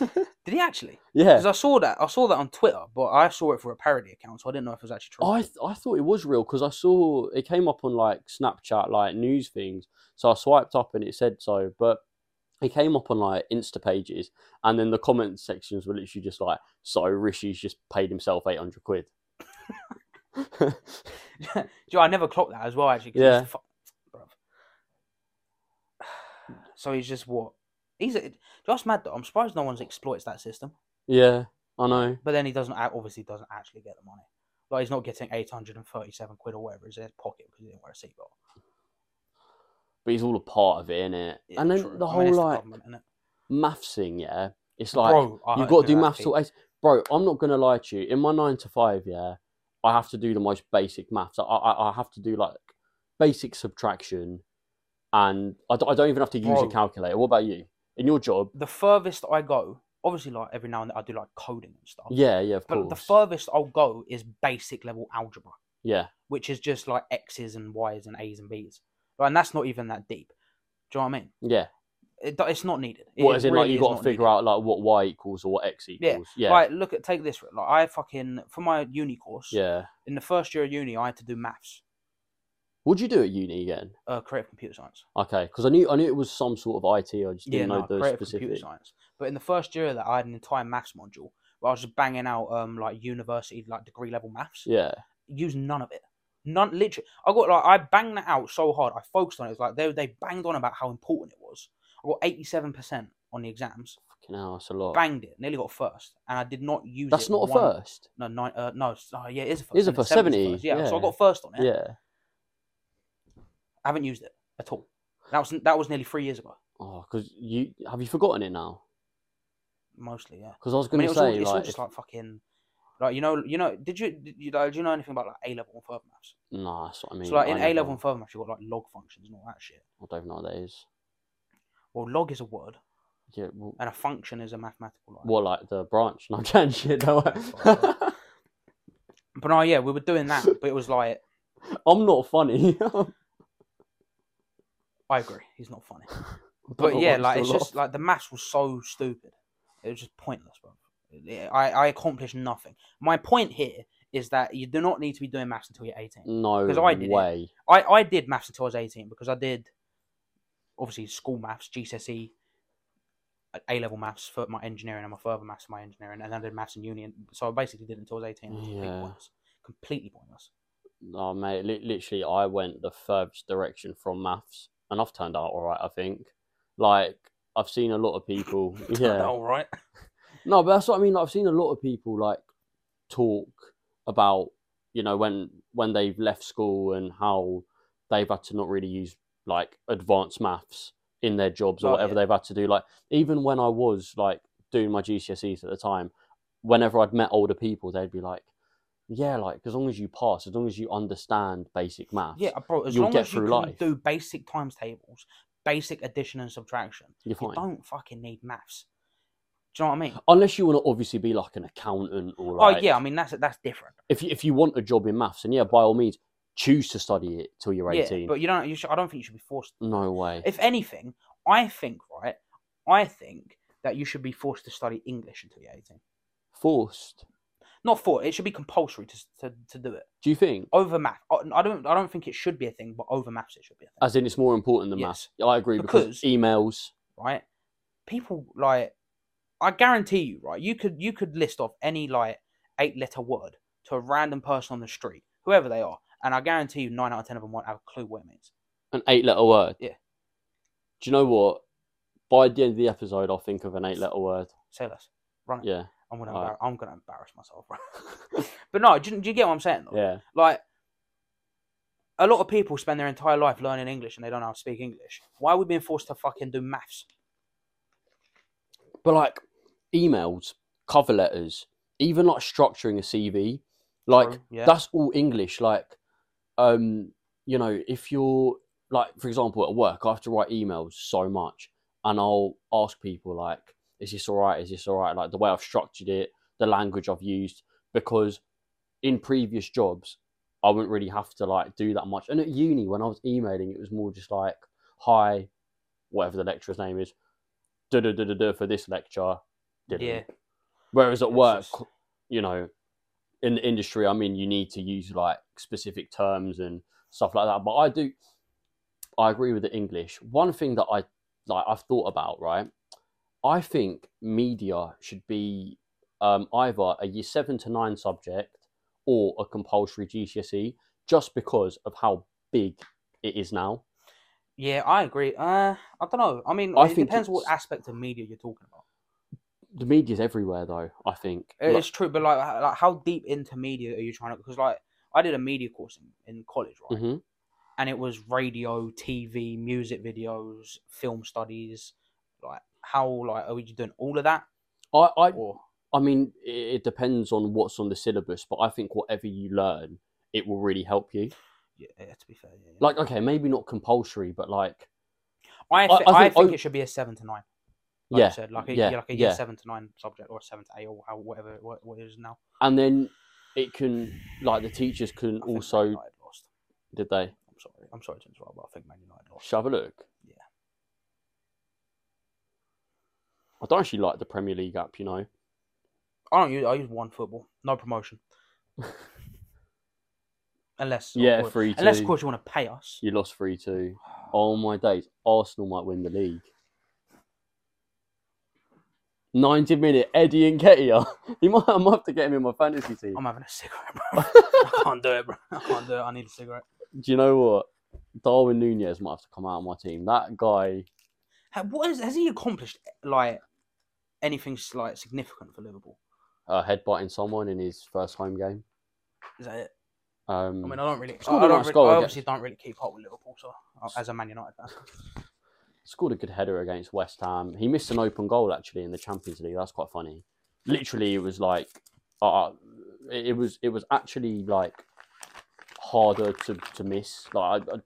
Did he actually?
yeah.
Because I saw that. I saw that on Twitter, but I saw it for a parody account, so I didn't know if it was actually true.
I, th- I thought it was real because I saw it came up on like Snapchat, like news things. So I swiped up and it said so, but it came up on like Insta pages. And then the comment sections were literally just like, so Rishi's just paid himself 800 quid.
Do you know, I never clocked that as well, actually. 'cause
Yeah.
it's fu- bruv. So he's just what? He's a, just mad though. I'm surprised no one's exploits that system.
yeah, I know.
But then he doesn't act- obviously doesn't actually get the money. Like he's not getting 837 quid or whatever is in his pocket because he didn't wear a seatbelt.
But he's all a part of it, innit?
Yeah,
and then
true.
the
I
whole
mean, it's
like
government, innit?
maths thing, yeah. It's like
Bro, I
You've
don't
got to do
that
maths
shit.
till eight. Bro, I'm not going to lie to you. In my nine to five, yeah, I have to do the most basic maths. I, I, I have to do like basic subtraction and I, d- I don't even have to use
Bro.
a calculator. What about you? In your job?
The furthest I go, obviously, like every now and then I do like coding and stuff.
Yeah, yeah, of
But
course.
the furthest I'll go is basic level algebra,
yeah,
which is just like X's and Y's and A's and B's. Right, And that's not even that deep. Do you know what I mean?
yeah.
It, do- it's not needed. It,
What is it
really
like? you
is
got
not
to figure
needed.
out like what y equals or what x
Yeah,
equals. Yeah, yeah,
Like, look at take this. Like, I fucking for my uni course. In the first year of uni, I had to do maths,
What'd you do at uni again?
uh, creative computer science.
Okay, because I knew I knew it was some sort of IT. I just
Yeah,
didn't
no,
know the
creative computer
specific.
science. But in the first year of that, I had an entire maths module where I was just banging out um like university like degree level maths.
Yeah,
Use none of it. None, literally. I got like I banged that out so hard. I focused on it. It was like they they banged on about how important it was. I got eighty seven percent on the exams.
fucking hell, that's a lot.
Banged it. Nearly got first, and I did not use.
That's
it
not a
one-
first.
No, nine, uh, no, it's- oh, yeah, it is a first.
It is a
isn't
first,
70 's
70,
first, Yeah, so I
yeah.
got first on it.
Yeah.
I haven't used it at all. That was that was nearly three years ago,
Oh, because you have you forgotten it now?
mostly. Yeah,
Because I was
I mean,
going
it
to
was all,
say,
it's all
like,
just
if-
like fucking, like you know, you know. Did you did you, like, do you know anything about like A level and further maths?
nah, that's what I mean.
so like in
I
A
never-
level and further maths, you got like log functions and all that shit.
I don't even know what that is.
Well, log is a word,
Yeah, well,
and a function is a mathematical line.
what like the branch? No, I'm trying shit. No, I-
Fuck. But no, yeah, we were doing that, but it was like
I'm not funny.
I agree, he's not funny. But yeah, like it's just like the maths was so stupid. It was just pointless, bro. It- I, I accomplished nothing. My point here is that you do not need to be doing maths until you're 18.
no
'cause I did it.
way.
I, I did maths until I was 18 because I did obviously school maths, GCSE, E, A level maths for my engineering and my further maths for my engineering, and then I did maths in uni. and- So I basically did it until I was 18, which is completely
Yeah.
pointless. Completely pointless.
No, mate. Li- literally, I went the furthest direction from maths, and I've turned out all right. I think. Like I've seen a lot of people. Yeah.
All right.
No, but that's what I mean. Like, I've seen a lot of people like talk about you know when when they've left school and how they've had to not really use like advanced maths in their jobs or
Oh,
whatever
yeah.
they've had to do. Like even when I was like doing my GCSEs at the time, whenever I'd met older people, they'd be like, "Yeah, like as long as you pass, as long as you understand basic maths,
Yeah, bro, as
You'll
long
get
as you
through
can
life.
do basic times tables, basic addition and subtraction,
you're
you
fine."
don't fucking need maths. Do you know what I mean?
Unless you want to obviously be like an accountant or like
oh yeah, I mean that's that's different.
if you, if you want a job in maths, and yeah, by all means, choose to study it till you're 18.
Yeah, but you don't. You should, I don't think you should be forced.
no way.
If anything, I think right. I think that you should be forced to study English until you're 18.
Forced.
Not for it should be compulsory to to, to do it
Do you think?
over math. I I don't I don't think it should be a thing, but over maths it should be a thing,
As in, it's more important than maths. I agree
Because-
because, emails.
right? People like I guarantee you, right? You could you could list off any like eight letter word to a random person on the street, whoever they are, and I guarantee you nine out of ten of them won't have a clue what it means.
An eight letter word.
Yeah.
Do you know what? By the end of the episode, I'll think of an eight letter word.
Say less. Run it.
Yeah.
I'm gonna.
Alright.
embar- I'm gonna embarrass myself. bro. but no, do you, do you get what I'm saying? Though?
Yeah.
Like, a lot of people spend their entire life learning English and they don't know how to speak English. Why are we being forced to fucking do maths?
But like emails, cover letters, even like structuring a CV, like
True, yeah,
that's all English. Like, um, you know, if you're like, for example, at work, I have to write emails so much, and I'll ask people like, "Is this all right? Is this all right?" Like the way I've structured it, the language I've used, because in previous jobs, I wouldn't really have to like do that much. And at uni, when I was emailing, it was more just like, "Hi, whatever the lecturer's name is, da da da da da for this lecture." didn't."
yeah,
Whereas at
It's
work,
just-
you know, in the industry, I mean, you need to use like specific terms and stuff like that. But I do, I agree with the English. One thing that I like, I've thought about, right? I think media should be um, either a year seven to nine subject or a compulsory GCSE, E just because of how big it is now.
yeah. I agree. Uh, I don't know. I mean,
I
it
think
depends what
it's-
aspect of media you're talking about.
The media's everywhere, though. I think
It-
Like-
It's true, but like, h- like, how deep into media are you trying to? Because like, I did a media course in, in college, right?
Mhm.
and it was radio, TV, music videos, film studies. Like, how like are we doing all of that?
I, I
Or
I mean, it, it depends on what's on the syllabus, but I think whatever you learn, it will really help you.
yeah, yeah, to be fair, yeah, yeah.
Like, okay, maybe not compulsory, but like,
I, thi- I,
I
think,
think I-
it should be a seven to nine. Like
yeah,
you said, like a,
yeah,
yeah, like a year
yeah.
seven to nine subject or seven to eight or how, whatever it- what, what it is now.
and then it can, like, the teachers can
I think Man
also,
United lost.
did they?
I'm sorry, I'm sorry to interrupt, but I think Man United lost.
Shall I have a look?
Yeah.
I don't actually like the Premier League app, you know.
I don't use I use one football, no promotion, unless of
yeah,
course-
three two.
unless of course you want to pay us.
you lost three two. Oh my days! Arsenal might win the league. Ninety minute Eddie and Ketia. You might, I might have to get him in my fantasy team.
I'm having a cigarette, bro. I can't do it, bro. I can't do it. I need a cigarette.
do you know what? Darwin Nunez might have to come out of my team. That guy,
Ha- What is, has he accomplished? Like anything s- like significant for Liverpool?
uh, headbutting someone in his first home game.
Is that it?
Um,
I mean, I don't really. I,
scored a
I don't
nice
really-
goal
I
against-
obviously don't really keep up with Liverpool, so uh, as a Man United fan,
scored a good header against West Ham. He missed an open goal actually in the Champions League. That's quite funny. Literally, it was like, uh, it it was it was actually like harder to, to miss. Like I, I,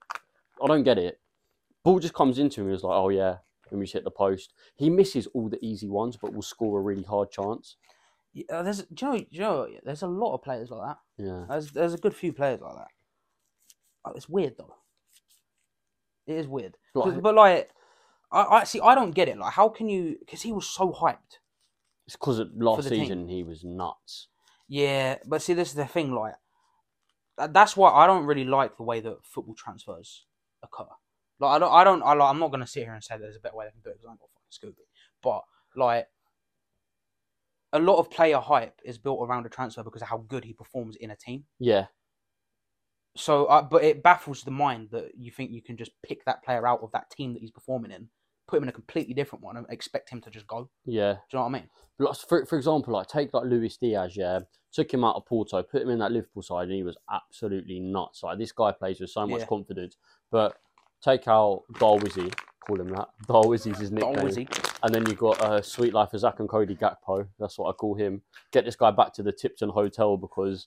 I don't get it. Ball just comes into him. He was like, oh yeah, and we just hit the post. He misses all the easy ones, but will score a really hard chance.
yeah, uh, there's do you know, do you know, there's a lot of players like that.
Yeah,
There's there's a good few players like that. Uh, It's weird though. It is weird, 'Cause-
Like-
but like, I, I see. I don't get it. Like, how can you? Because he was so hyped.
it's because last
the team.
season he was nuts.
Yeah, but see, this is the thing. Like, tha- that's why I don't really like the way that football transfers occur. Like, I don't, I don't, I like, I'm not gonna sit here and say there's a better way they can do it because I'm not fucking Scooby. But like, a lot of player hype is built around a transfer because of how good he performs in a team.
Yeah,
So, uh, but it baffles the mind that you think you can just pick that player out of that team that he's performing in, put him in a completely different one, and expect him to just go.
yeah.
Do you know what I mean?
Like, for, for example, like take like Luis Diaz, yeah, took him out of Porto, put him in that Liverpool side, and he was absolutely nuts. Like this guy plays with so much
Yeah.
confidence. But take out Darwizzy, call him that. Darwizzy's his nickname.
Or was he?
And then you got uh, Sweet Life of Zach and Cody Gakpo. That's what I call him. Get this guy back to the Tipton Hotel because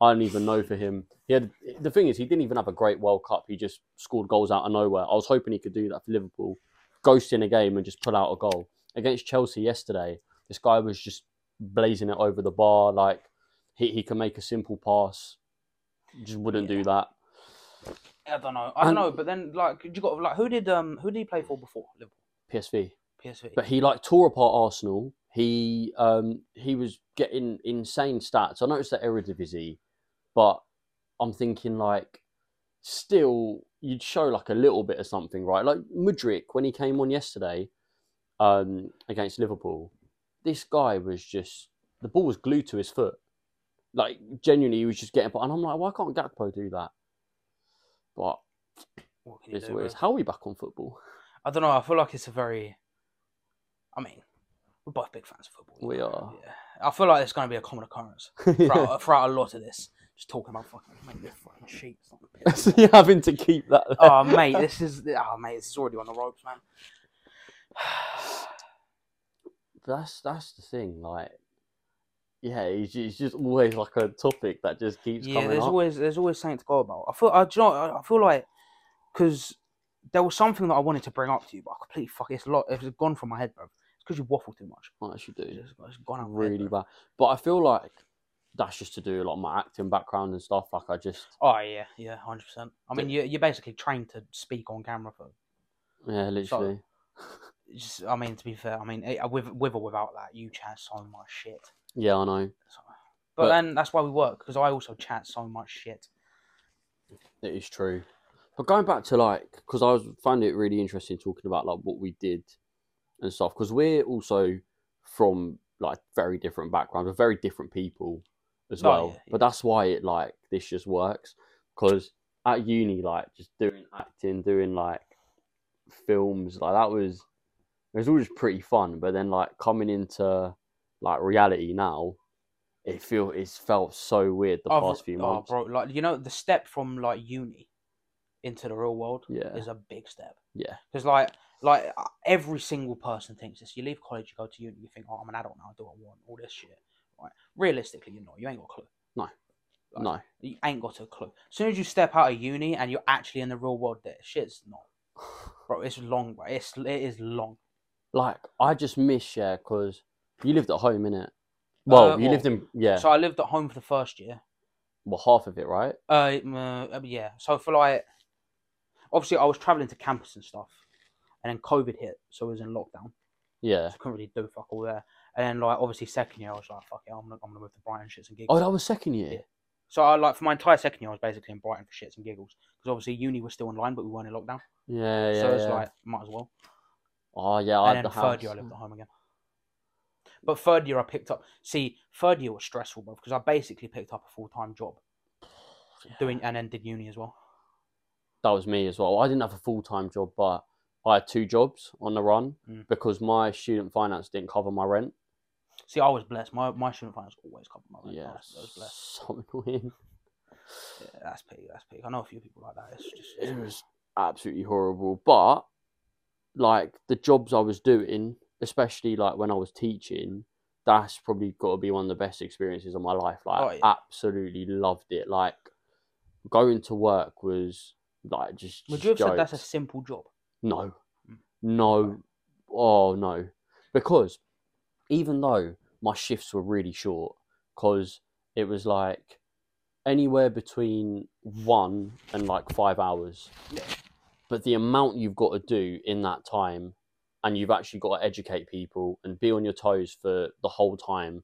I don't even know for him. He had the thing is he didn't even have a great World Cup. He just scored goals out of nowhere. I was hoping he could do that for Liverpool, ghost in a game and just pull out a goal against Chelsea yesterday. This guy was just blazing it over the bar. Like he, he can make a simple pass. Just wouldn't
Yeah.
do that.
I don't know. I don't
And-
know. But then, like, you got like who did um who did he play for before Liverpool?
PSV.
PSV.
But he like tore apart Arsenal. He um he was getting insane stats. I noticed that Eredivisie, but I'm thinking like still you'd show like a little bit of something, right? Like Mudrik when he came on yesterday um against Liverpool, this guy was just the ball was glued to his foot. Like genuinely he was just getting and I'm like, why can't Gakpo do that? But
What can you
It's
do?
what it is.
bro?
How are we back on football?
I don't know. I feel like it's a very. I mean, we're both big fans of football. you
We
know,
are.
Yeah. I feel like it's going to be a common occurrence throughout, uh, throughout a lot of this. Just talking about fucking mate, this fucking sheets. on the pitch.
so you're having to keep that. there.
oh mate, this is oh mate, this is already on the ropes, man.
that's that's the thing. Like, yeah, it's, it's just always like a topic that just keeps
yeah,
coming
there's
up.
always there's always something to go about. I feel I do you know, I I feel like because there was something that I wanted to bring up to you, but I completely fuck it's lot it's gone from my head, bro. It's because you waffle too much.
What I should
It's,
do
just- it's gone out. my head,
really
bro.
bad, but I feel like that's just to do like my acting background and stuff. Like, I just
Oh yeah, yeah, hundred percent. I mean, you you're basically trained to speak on camera for
yeah, literally.
just, I mean, to be fair, I mean, eh, with with or without that, you chat so much shit.
Yeah, I know
So- but,
But-
then that's why we work because I also chat so much shit.
it is true. But going back to like, because I was finding it really interesting talking about like what we did and stuff, because we're also from like very different backgrounds, we're very different people as
Oh,
well.
yeah,
But that's why it like this just works, because at uni, like just doing acting, doing like films, like that was it was all just pretty fun. But then like coming into like reality now, it feel it's felt so weird the
I've-
past few
oh,
months.
bro, like you know, the step from like uni into the real world
Yeah,
is a big step.
yeah,
Because like like uh, every single person thinks this. You leave college, you go to uni, you think, oh, I'm an adult now, I do what I want, all this shit. Right? Realistically, you're not. You ain't got a clue. Like,
no.
You ain't got a clue. As soon as you step out of uni and you're actually in the real world, that shit's not. Bro, it's long, bro. It's it is long.
Like I just miss yeah, because you lived at home, innit? Well,
Uh,
you lived in yeah,
So I lived at home for the first year.
well half of it, right?
Uh, m- uh, yeah. So for like, obviously I was traveling to campus and stuff, and then COVID hit, so I was in lockdown.
Yeah.
So I couldn't really do fuck all there. And then like obviously second year I was like, fuck it, I'm gonna, I'm gonna move to Brighton shits and giggles.
Oh, that was second year.
So I like for my entire second year I was basically in Brighton for shits and giggles because obviously uni was still online, but we weren't in lockdown.
Yeah, yeah.
so it's
yeah.
like might as well.
oh yeah, I
And
had
then
the
third year I
house.
lived at home again. But third year I picked up. See, third year was stressful, bro, because I basically picked up a full time job doing and then did uni as well.
that was me as well. I didn't have a full time job, but I had two jobs on the run
Mm.
because my student finance didn't cover my rent.
See, I was blessed. My my student finance always covered my rent. I
Yeah,
Oh, was, I was blessed.
so annoying.
Yeah, that's pity. That's pity. I know a few people like that. It's just it's
It was absolutely horrible. But like the jobs I was doing, especially like when I was teaching, that's probably got to be one of the best experiences of my life. Like,
Oh, yeah.
absolutely loved it. Like, going to work was like just.
Would
just
you have said that's a
jokes.
simple job?
No.
Mm.
No. Oh, no. Because even though my shifts were really short, because it was like anywhere between one and like five hours.
Yeah.
But the amount you've got to do in that time, and you've actually got to educate people and be on your toes for the whole time,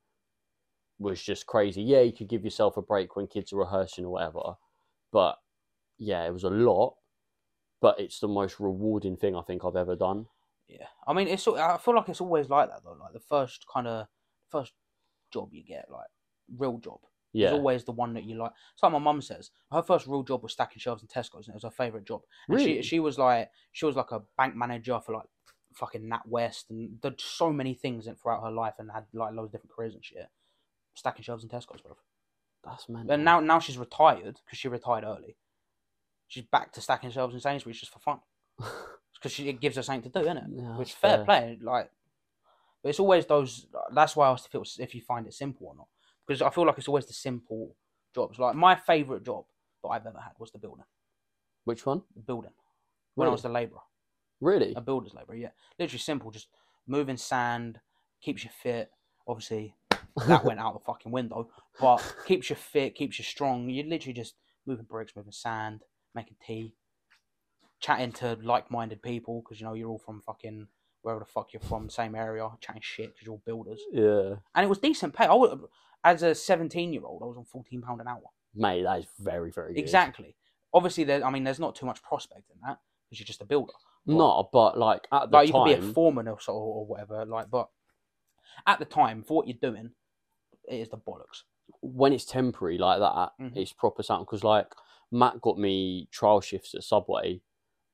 was just crazy. Yeah, you could give yourself a break when kids are rehearsing or whatever. But yeah, it was a lot but it's the most rewarding thing I think I've ever done.
Yeah. I mean, it's. al- I feel like it's always like that though. Like the first kind of first job you get, like real job,
Yeah,
is always the one that you like. It's like my mum says. Her first real job was stacking shelves in Tesco's, and it was her favorite job. And She
Really?
she was like she was like a bank manager for like fucking NatWest and did so many things in- throughout her life and had like loads of different careers and shit. Stacking shelves in Tesco's, bro.
that's mental.
And now now she's retired because she retired early. She's back to stacking shelves in Sainsbury's just for fun because it gives her something to do, innit?
Yeah,
Which
that's
fair
fair.
play, like. But it's always those. That's why I asked if it was, if you find it simple or not, because I feel like it's always the simple jobs. Like my favorite job that I've ever had was the building.
Which one?
The building when
Really?
I was the labourer,
really?
a builder's labourer. Yeah, literally simple, just moving sand keeps you fit. Obviously, that went out the fucking window, but keeps you fit, keeps you strong. You're literally just moving bricks, moving sand, making tea, chatting to like-minded people because you know you're all from fucking wherever the fuck you're from, same area, chatting shit because you're all builders.
yeah,
And it was decent pay. I was, as a 17-year-old, I was on 14 pound an hour.
mate, that is very very good.
Exactly. Obviously, there. I mean, there's not too much prospect in that because you're just a builder.
No, but like at the
Like you
time,
could be a foreman or so or whatever. Like, but at the time, for what you're doing, it is the bollocks.
when it's temporary like that,
Mhm.
it's proper sound because like Matt got me trial shifts at Subway,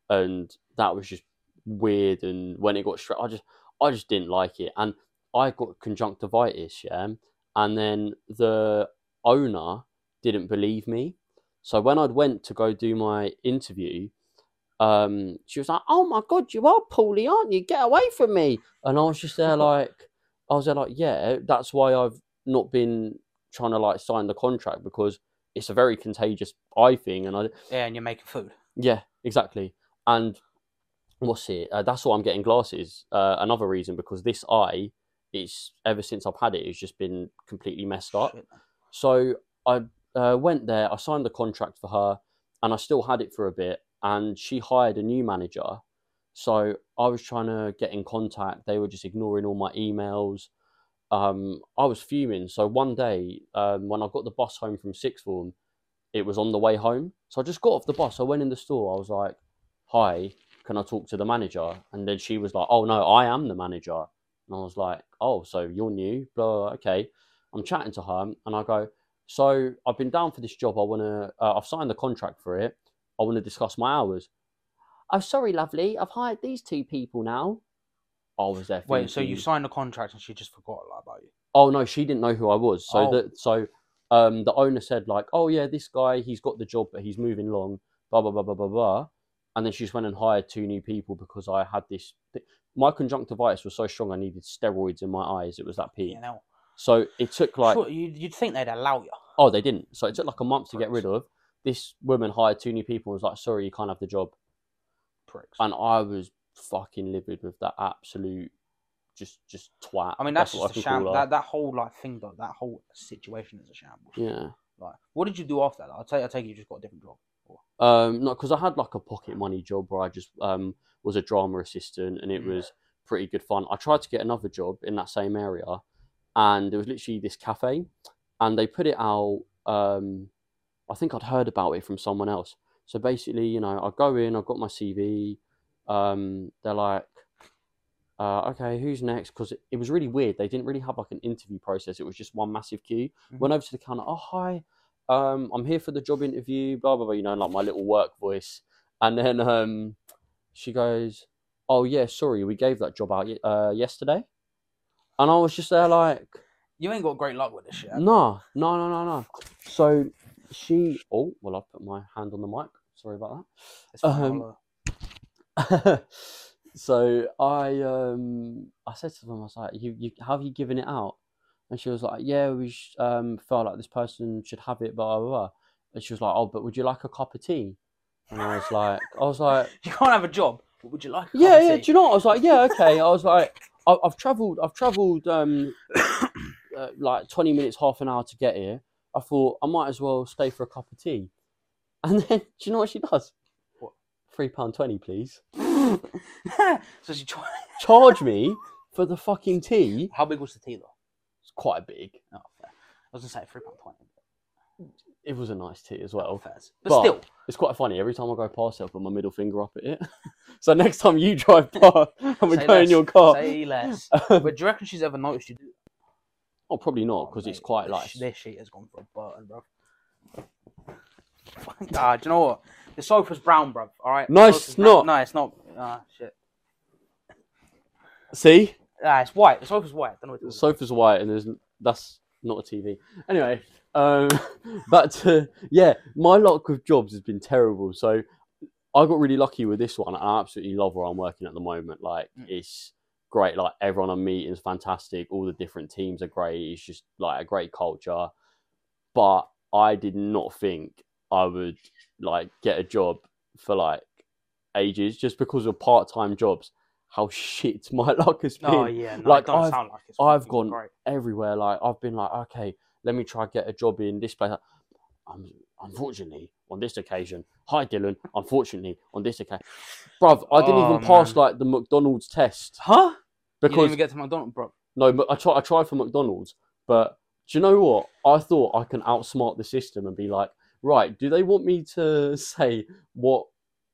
and that was just weird. And when it got straight, I just I just didn't like it, and I got conjunctivitis. Yeah, and then the owner didn't believe me. So when I'd went to go do my interview, um, she was like, "Oh my god, you are Paulie, aren't you? Get away from me!" And I was just there like, I was there like, yeah, that's why I've not been trying to like sign the contract because it's a very contagious eye thing, and I
Yeah, and you're making food.
yeah, exactly. And what's it? Uh, that's why I'm getting glasses. Uh, another reason because this eye, it's ever since I've had it, it's just been completely messed up.
Shit.
So I uh, went there, I signed the contract for her, and I still had it for a bit. And she hired a new manager. So I was trying to get in contact. They were just ignoring all my emails. Um, I was fuming. So one day, um, when I got the bus home from sixth form, it was on the way home. So I just got off the bus. I went in the store. I was like, "Hi, can I talk to the manager?" And then she was like, "Oh no, I am the manager." And I was like, "Oh, so you're new?" Blah. Okay. I'm chatting to her, and I go, so I've been down for this job. I want to. Uh, I've signed the contract for it. I want to discuss my hours. Oh, sorry, lovely. I've hired these two people now. I was there.
Wait, so you
thinking-
signed the contract and she just forgot like, about you?
Oh no, she didn't know who I was. So
Oh.
that so um the owner said like, Oh yeah, this guy, he's got the job but he's moving along, blah blah blah blah blah blah. And then she just went and hired two new people because I had this th- my conjunctivitis was so strong I needed steroids in my eyes. It was that peak.
You know,
So it took like
sure, you'd, you'd think they'd allow you.
Oh, they didn't. So it took like a month to get
Pricks.
rid of. This woman hired two new people and was like, sorry, you can't have the job.
Pricks.
And I was fucking livid with that absolute just just twat.
I mean, that's,
what
just a
I can
sham.
call her.
That, that whole like thing, though, that whole situation is a shambles.
Yeah.
Like, what did you do after that? I'll take. I take it you just got a different job.
Um, no, because I had like a pocket money job where I just um was a drama assistant and it
Mm.
was pretty good fun. I tried to get another job in that same area, and there was literally this cafe, and they put it out. Um, I think I'd heard about it from someone else. So basically, you know, I go in, I've got my CV. Um, they're like, uh, okay, who's next? Because it, it was really weird. They didn't really have like an interview process. It was just one massive queue. Went over to the counter. Oh hi, um, I'm here for the job interview. Blah blah blah. You know, like my little work voice. And then um, she goes, oh yeah, sorry, we gave that job out ye- uh, yesterday. And I was just there like,
You ain't got great luck with this shit. have you?
no, no, no, no, no. So she, oh well, I put my hand on the mic. Sorry about that
It's fine,
um,
I'll, uh,
so I um I said to them, I was like, "You you how have you given it out?" And she was like, "Yeah, we sh- um felt like this person should have it, blah blah blah." And she was like, "Oh, but would you like a cup of tea?" And I was like, "I was like,
you can't have a job. What would you like? a
yeah,
cup of
yeah."
tea?
Do you know? What? I was like, "Yeah, okay." I was like, I- "I've travelled, I've travelled um uh, like 20 minutes, half an hour to get here. I thought I might as well stay for a cup of tea. And then, do you know what she does?
What?
£3.20, please.
so she tried.
Charge me for the fucking tea.
How big was the tea though?
It's quite big.
Oh, fair. I was gonna say three pound twenty.
It was a nice tea as well.
Fair. But,
But-
still,
It's quite funny. Every time I go past it, I put my middle finger up at it. so next time you drive past and we
Say
go
less.
in your car,
say less.
um,
but do you reckon she's ever noticed you do?
oh, probably not because it's quite
like
like
This sheet has gone for a burn, bro. Ah, do you know what? The sofa's brown, bruv. All right.
No, it's not.
No, it's not. Ah, shit.
see,
Ah, it's white. The sofa's white. don't know what it
the
is.
sofa's white and there's that's not a TV. Anyway, um, back to yeah, my luck with jobs has been terrible. So I got really lucky with this one. I absolutely love where I'm working at the moment. Like
Mm.
it's great. Like everyone I'm meeting is fantastic. All the different teams are great. It's just like a great culture. But I did not think I would like get a job for like ages just because of part-time jobs. How shit my luck has been
Oh yeah, no,
Like,
it don't
I've-
sound like it's
I've
fucking
gone-
great.
everywhere. Like I've been like, okay, let me try get a job in this place. Um, unfortunately, on this occasion, hi Dylan. Unfortunately, on this occasion, bruv, I didn't
Oh,
even pass
man.
like the McDonald's test
Huh? you didn't
because
even get to McDonald's, bro.
no, but I tried. I tried for McDonald's, but do you know what? I thought I can outsmart the system and be like, right, do they want me to say what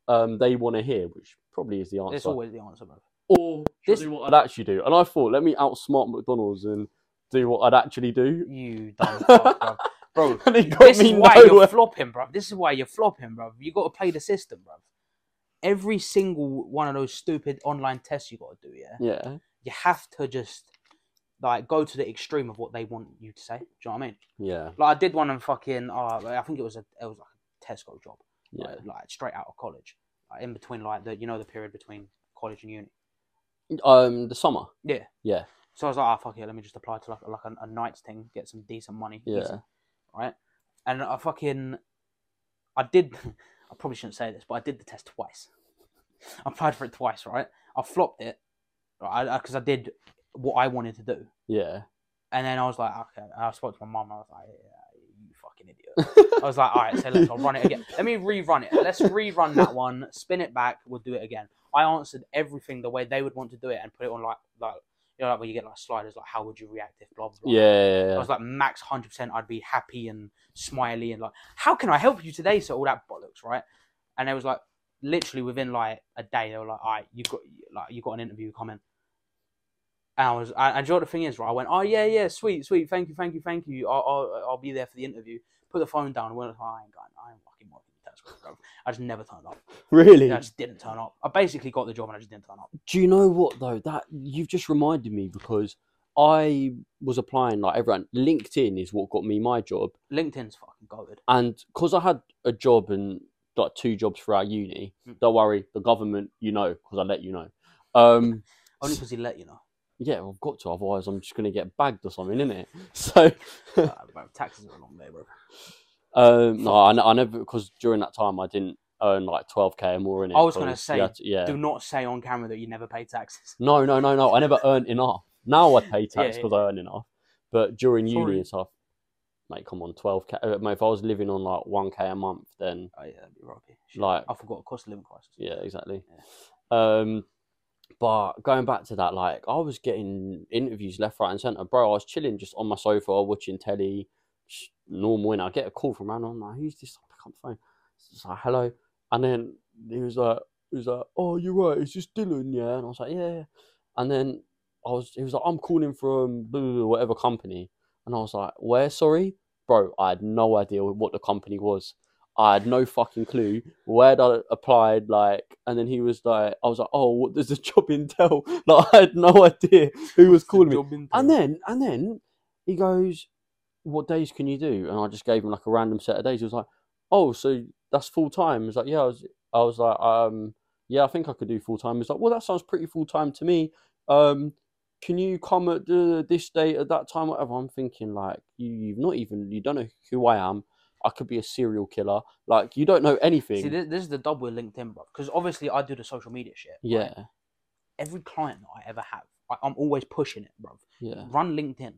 um, they want to hear, which probably is the answer,
It's always the answer, bro.
or
Should I
this is what I'd actually do. And I thought, let me outsmart McDonald's and do what I'd actually do.
You dumb fuck, bro. Bro,
and it got
this
me
is why
nowhere.
you're flopping, bro. This is why you're flopping, bro. You got to play the system, bro. every single one of those stupid online tests you got to do, yeah,
Yeah.
you have to just like go to the extreme of what they want you to say. Do you know what I mean?
Yeah.
Like I did one and fucking, uh, I think it was a it was like a Tesco job,
Yeah.
like, like straight out of college, like, in between like the you know the period between college and uni.
Um, the summer.
So I was like, ah, fuck it, let me just apply to like like a, a night's thing, get some decent money.
Yeah.
decent, right? And I fucking, I did. I probably shouldn't say this, but I did the test twice. I applied for it twice, right? I flopped it, right? Because I, did what I wanted to do,
Yeah.
and then I was like, okay. And I spoke to my mum. I was like, yeah, you fucking idiot. I was like, all right, so look, I'll run it again. Let me rerun it. Let's rerun that one. Spin it back. We'll do it again. I answered everything the way they would want to do it and put it on like like you know like where you get like sliders like how would you react if blah blah. blah.
yeah.
I
Yeah.
was like max hundred percent. I'd be happy and smiley and like, how can I help you today? So all that bollocks, right? And it was like literally within like a day, they were like, all right, you got like you got an interview coming. And I was, and, and do you know what the thing is, right? I went, oh yeah, yeah, sweet, sweet, thank you, thank you, thank you. I'll, I'll, I'll be there for the interview. Put the phone down. I went, oh, I ain't going. I ain't fucking working. That's cool, bro. I just never turned up.
Really?
I just didn't turn up. I basically got the job and I just didn't turn up.
Do you know what though? That you've just reminded me because I was applying like everyone. LinkedIn is what got me my job,
LinkedIn's fucking goaded.
and because I had a job and like two jobs for our uni.
Mm.
Don't worry, the government, you know, because I let you know. Um,
Only because he let you know.
yeah, I've got to, otherwise I'm just gonna get bagged or something, innit? So,
Uh, bro, taxes are a long day, bro.
um, no, I, ne- I never because during that time I didn't earn like 12k or more in it.
I was gonna say,
yeah.
Do not say on camera that you never pay taxes.
No, no, no, no. I never earned enough. Now I pay tax
yeah,
because I earn enough. But during
Sorry.
uni and stuff, mate, come on, twelve k. uh, Mate, if I was living on like one k a month, then
Oh yeah, that'd be rocky. Shit.
like,
I forgot cost of living crisis.
yeah, exactly. Um, but going back to that, like, I was getting interviews left, right, and center, bro. I was chilling just on my sofa, watching telly, just normal. And I get a call from Aaron. I'm like, who's this? I pick up the phone. It's like, hello. And then he was like, he was like, oh, you're right. It's just Dylan, yeah. And I was like, yeah. yeah." And then I was, he was like, I'm calling from blah, blah, blah, whatever company. And I was like, where? Sorry, bro. I had no idea what the company was. I had no fucking clue where I applied. Like, and then he was like, I was like, oh, what does the job entail? Like, I had no idea who was calling me. And then and then he goes, What days can you do? And I just gave him like a random set of days. He was like, Oh, so that's full time. He's like, Yeah, I was I was like, um, yeah, I think I could do full time. He's like, Well that sounds pretty full time to me. Um can you come at the, this date at that time, whatever? I'm thinking like you, you've not even you don't know who I am. I could be a serial killer. Like you don't know anything.
See, this, this is the double with LinkedIn, bro. Because obviously, I do the social media shit. right?
yeah,
Every client that I ever have, I, I'm always pushing it, bro.
yeah,
Run LinkedIn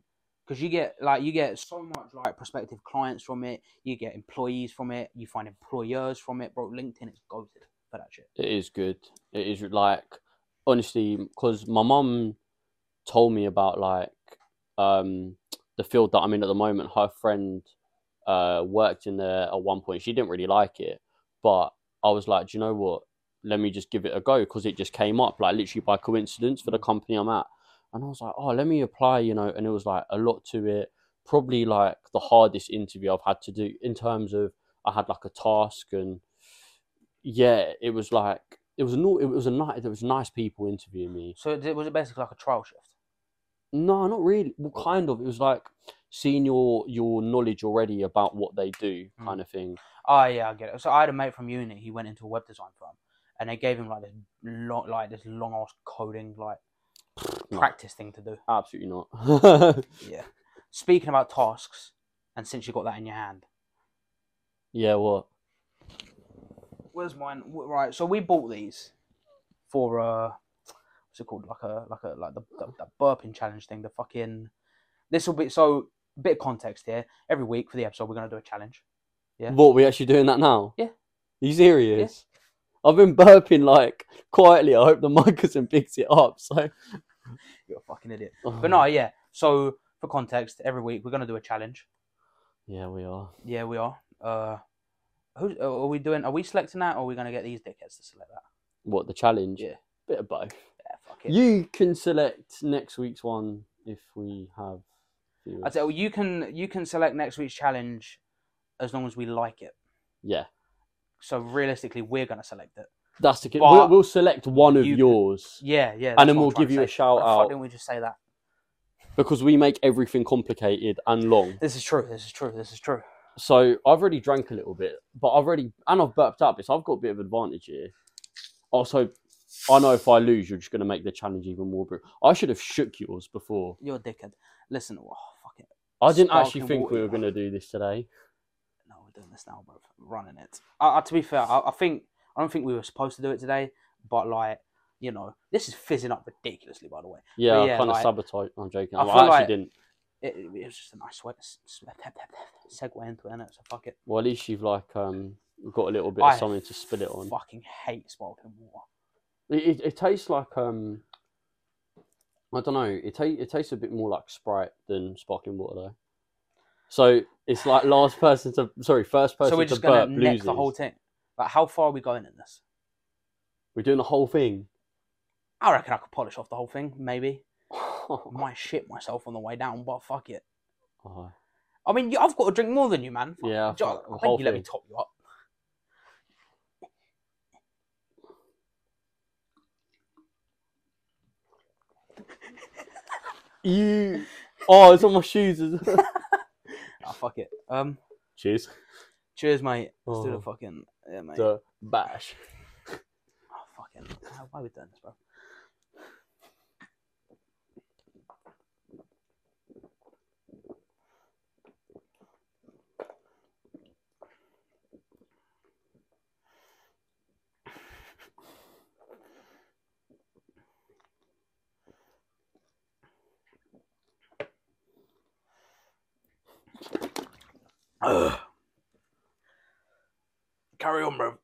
because you get like you get so much like prospective clients from it. You get employees from it. You find employers from it, bro. LinkedIn is goated for that shit.
It is good. It is like honestly because my mum told me about like um the field that I'm in at the moment. Her friend uh worked in there at one point. She didn't really like it, but I was like, do you know what? Let me just give it a go because it just came up like literally by coincidence for the company I'm at. And I was like, oh, let me apply, you know. And it was like a lot to it. Probably like the hardest interview I've had to do in terms of I had like a task and yeah, it was like it was a nor- it was a night there was nice people interviewing me.
So it, was it basically like a trial shift?
No, not really. Well, kind of. It was like seeing your your knowledge already about what they do,
Mm.
kind of thing.
Oh yeah, I get it. So I had a mate from uni. He went into a web design firm, and they gave him like this long, like this long ass coding like
No.
practice thing to do.
Absolutely not.
Yeah. Speaking about tasks, and since you got that in your hand,
yeah, what?
where's mine? W- Right. So we bought these for uh, what's it called? Like a like a like the the, the burping challenge thing. The fucking this will be so bit of context here. Every week for the episode, we're gonna do a challenge. Yeah.
What we actually doing that now?
Yeah.
Are you serious? I've been burping like quietly. I hope the mic hasn't picked it up. So,
You're a fucking idiot. But no, yeah. So for context, every week we're gonna do a challenge.
Yeah, we are.
Yeah, we are. Uh, who are we doing? Are we selecting that, or are we gonna get these dickheads to select that?
What the challenge?
Yeah.
bit of both.
Yeah, fuck it.
You can select next week's one if we have. viewers.
I tell you, you can you can select next week's challenge as long as we like it.
Yeah.
So realistically, we're gonna select it.
That's the kid.
But
We'll, we'll select one of
you-
yours
yeah, yeah.
and then we'll give you a
shout
shout
Why
out
didn't we just say that?
because we make everything complicated and long.
This is true. This is true. This is true.
So I've already drank a little bit, but I've already and I've burped up, so I've got a bit of advantage here. Also, I know if I lose, you're just going to make the challenge even more brutal. I should have shook yours before.
You're a dickhead. Listen, oh, fuck it.
I didn't
Sparkling
actually think
water,
we were
bro.
going to do this today.
No, we're doing this now, bro. Running it. Uh, uh, to be fair, I, I think I don't think we were supposed to do it today, but like, you know, this is fizzing up ridiculously. By the way,
Yeah, I
yeah,
kind of
like-
sabotage. I'm joking.
I
I,
feel
actually
like-
didn't.
it, it, it was just a nice way to s- s- segue into it, innit? So fuck it.
Well, at least you've like um got a little bit
I
of something to spill it on.
Fucking hate sparkling water.
It, it, it tastes like um, I don't know. It ta- it tastes a bit more like Sprite than sparkling water though. So it's like last person to sorry first person
So we're
to
just gonna
burp
neck
loses.
the whole thing. Like, how far are we going in this?
we're doing the whole thing.
I reckon I could polish off the whole thing, maybe. I might shit myself on the way down, but fuck it.
Oh,
I mean, you- I've got to drink more than you, man. Fuck,
Yeah, I
Jo-
thought-
I
the
think
whole
you let me
thing.
top you up.
you oh it's on my shoes. as well.
Ah, fuck it. Um,
Cheers.
cheers, mate. Let's do
Oh.
the fucking yeah, mate.
The bash.
Oh, fucking. Why- Why are we doing this, bro? Ugh. Carry on, bro.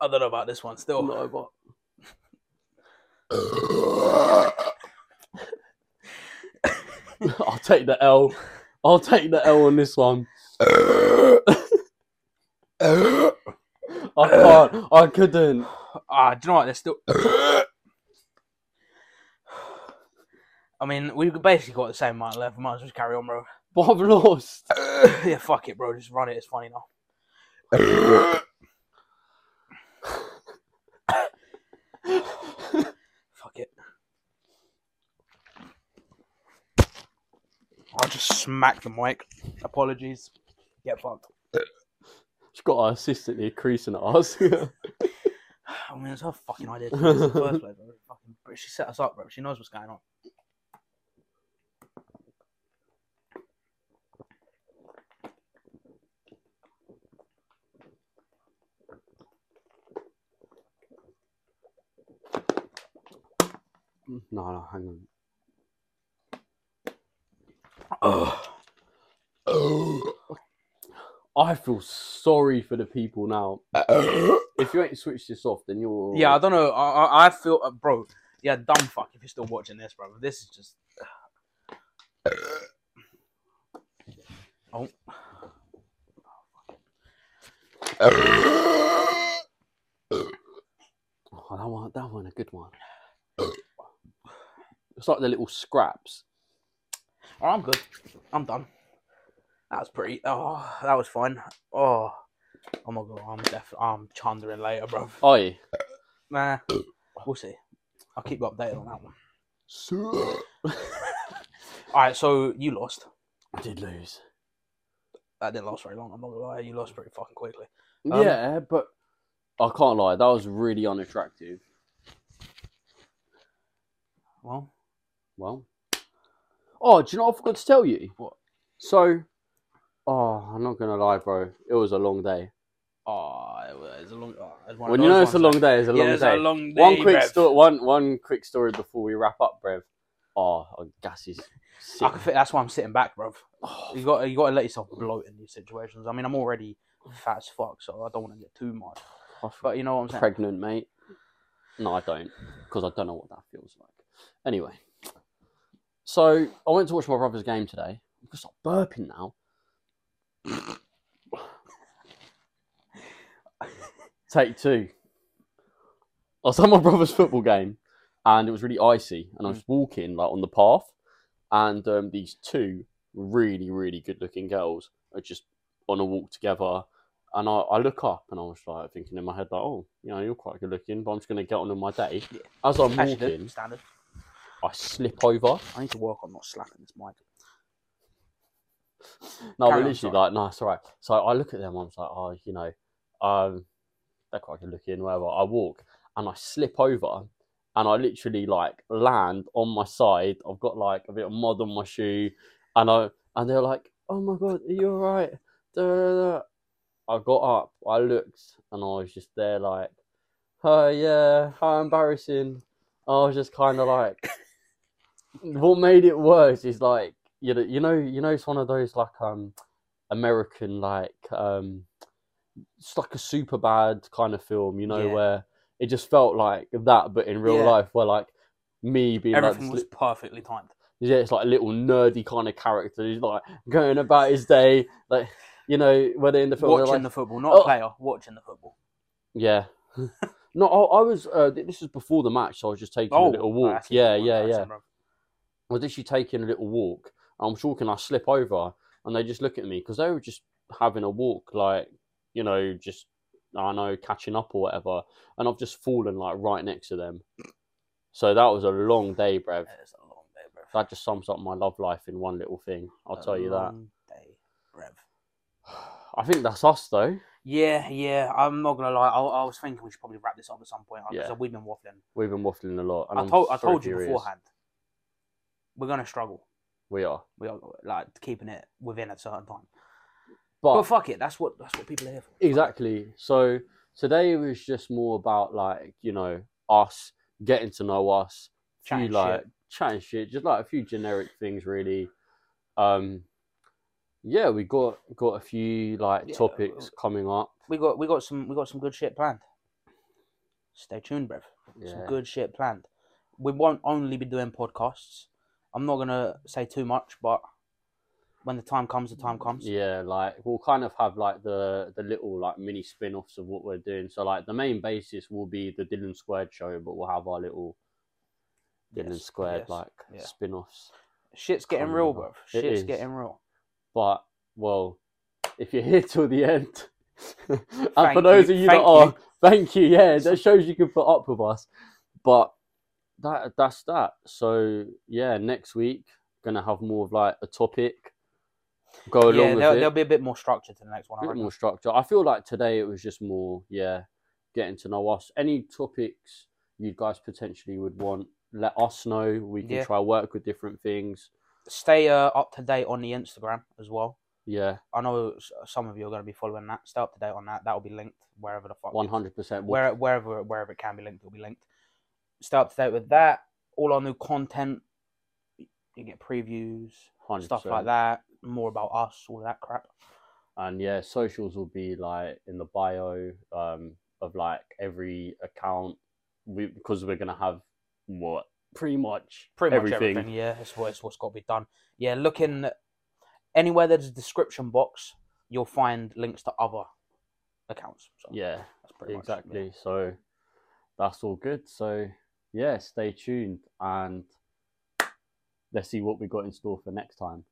I don't know about this one still.
No, but I'll take the L. I'll take the L on this one. I can't. I couldn't.
Ah, do you know what? There's still. I mean, we've basically got the same amount left. Might as well just carry on, bro.
But I've lost.
yeah, fuck it, bro. Just run it. It's funny now. Fuck it. I just smacked the mic. Apologies. Get fucked.
She's got our assistant here creasing at us.
I mean, it's her fucking idea. To do this in the first place, bro. Fucking, but she set us up, bro. She knows what's going on.
no, no, hang on. Oh. I feel sorry for the people now. If you ain't switched this off, then you're.
Yeah, I don't know. I, I, I feel, uh, bro. Yeah, dumb fuck. If you're still watching this, bro, this is just. Oh.
Oh, that one, that one, a good one. It's like the little scraps.
oh, I'm good. I'm done. That was pretty. Oh, that was fun. Oh, oh my god, I'm def- I'm chundering later, bro.
Oh, yeah.
Nah, we'll see. I'll keep you updated on that one. All right, so you lost.
I did lose.
That didn't last very long. I'm not gonna lie. You lost pretty fucking quickly. Um,
yeah, but I can't lie. That was really unattractive.
Well,
Well, oh, do you know what I forgot to tell you?
What?
So, oh, I'm not gonna lie, bro. It was a long day.
oh, it was it's a long. Oh, it's one of
When you
those
know it's a
ones,
long day, it's a
like-
long
yeah, it's
day.
a long day.
one quick
bruv.
story. One one quick story before we wrap up, Brev. Oh, oh, gas is sick.
I can fit, that's why I'm sitting back, bro.
Oh,
You got you got to let yourself bloat in these situations. I mean, I'm already fat as fuck, so I don't want to get too much.
I feel
But you know what I'm saying?
pregnant, mate. No, I don't, because I don't know what that feels like. Anyway, so I went to watch my brother's game today. I'm gonna stop burping now. Take two. I was at my brother's football game, and it was really icy. And I was walking like on the path, and um, these two really, really good looking girls are just on a walk together. And I, I look up and I was like thinking in my head, like, oh, you know, you're quite good looking, but I'm just going to get on with my day.
Yeah.
As I'm
Actually,
walking,
standard.
I slip over.
I need to work on not slapping this mic.
No,
Carry
we're
on,
literally
sorry.
like, no, it's all right. So I look at them, I'm just like, oh, you know, um, they're quite good looking, whatever. I walk and I slip over and I literally like land on my side. I've got like a bit of mud on my shoe and I and they're like, oh my god, are you all right? Da, da, da. I got up, I looked, and I was just there like, oh yeah, how embarrassing. I was just kind of like, what made it worse is like, you know, you know, you know, it's one of those like um, American like um, it's like a super bad kind of film, you know,
Yeah.
where it just felt like that, but in real
Yeah.
life, where like me being like
Everything was
this li-
perfectly timed.
yeah, it's like a little nerdy kind of character. He's like going about his day, like you know, whether in the film, they're
Watching
like,
the football, not
Oh.
a player. Watching the football.
yeah. no, I, I was. Uh, th- this was before the match, so I was just taking a little walk.
Oh, that's
yeah,
even more
yeah, yeah.
embarrassing, bro.
I was literally taking a little walk. I was walking, I slip over, and they just look at me because they were just having a walk, like you know, just I don't know, catching up or whatever. And I've just fallen like right next to them. So that was a long day, brev.
That is a long day, bro.
That just sums up my love life in one little thing. I'll
A
tell you that.
long Day, Rev.
I think that's us though.
Yeah, yeah. I'm not gonna lie. I, I was thinking we should probably wrap this up at some point because
Yeah.
we've been waffling.
We've been waffling a lot. And
I
I'm
told I
so
told you
furious.
beforehand. We're gonna struggle.
We are,
We are like keeping it within a certain time.
but
But fuck it. That's what that's what people are here for.
Exactly. So today was just more about like you know us getting to know us, few
Chatting shit.
like chatting shit, just like a few generic things really. Um, yeah, we got got a few like
Yeah,
topics coming up.
We got we got some we got some good shit planned. Stay tuned, bruv. some
Yeah,
good shit planned. We won't only be doing podcasts. I'm not gonna say too much, but when the time comes, the time comes.
yeah, like we'll kind of have like the the little like mini spin offs of what we're doing. So like the main basis will be the Dylan Squared show, but we'll have our little Dylan
Yes,
Squared
yes,
like
yeah.
spin offs.
Shit's getting
Can't
real,
remember.
bruv.
It
Shit's
is.
getting real.
But well, if you're here till the end, and for
Thank
those
you,
of you that
thank
are,
you.
thank you. Yeah, that shows you can put up with us. But that that's that. So yeah, next week gonna have more of like a topic. Go along
yeah,
with
there'll,
it.
there'll be a bit more structure to the next one. I
a bit
reckon.
more structure. I feel like today it was just more yeah, getting to know us. Any topics you guys potentially would want, let us know. We can
Yeah.
try work with different things.
Stay uh, up to date on the Instagram as well.
Yeah,
I know s- some of you are going to be following that. Stay up to date on that. That will be linked wherever the fuck.
one hundred percent.
Where, wherever wherever it can be linked, it'll be linked. Stay up to date with that. All our new content. You get previews. stuff like that, more about us, all that crap.
and yeah socials will be like in the bio um of like every account we because we're gonna have what pretty much
Pretty much everything, yeah. That's what, it's what's got to be done. Yeah, looking anywhere there's a description box, you'll find links to other accounts. So
yeah
that's pretty
exactly
much
so that's all good so yeah stay tuned and let's see what we got in store for next time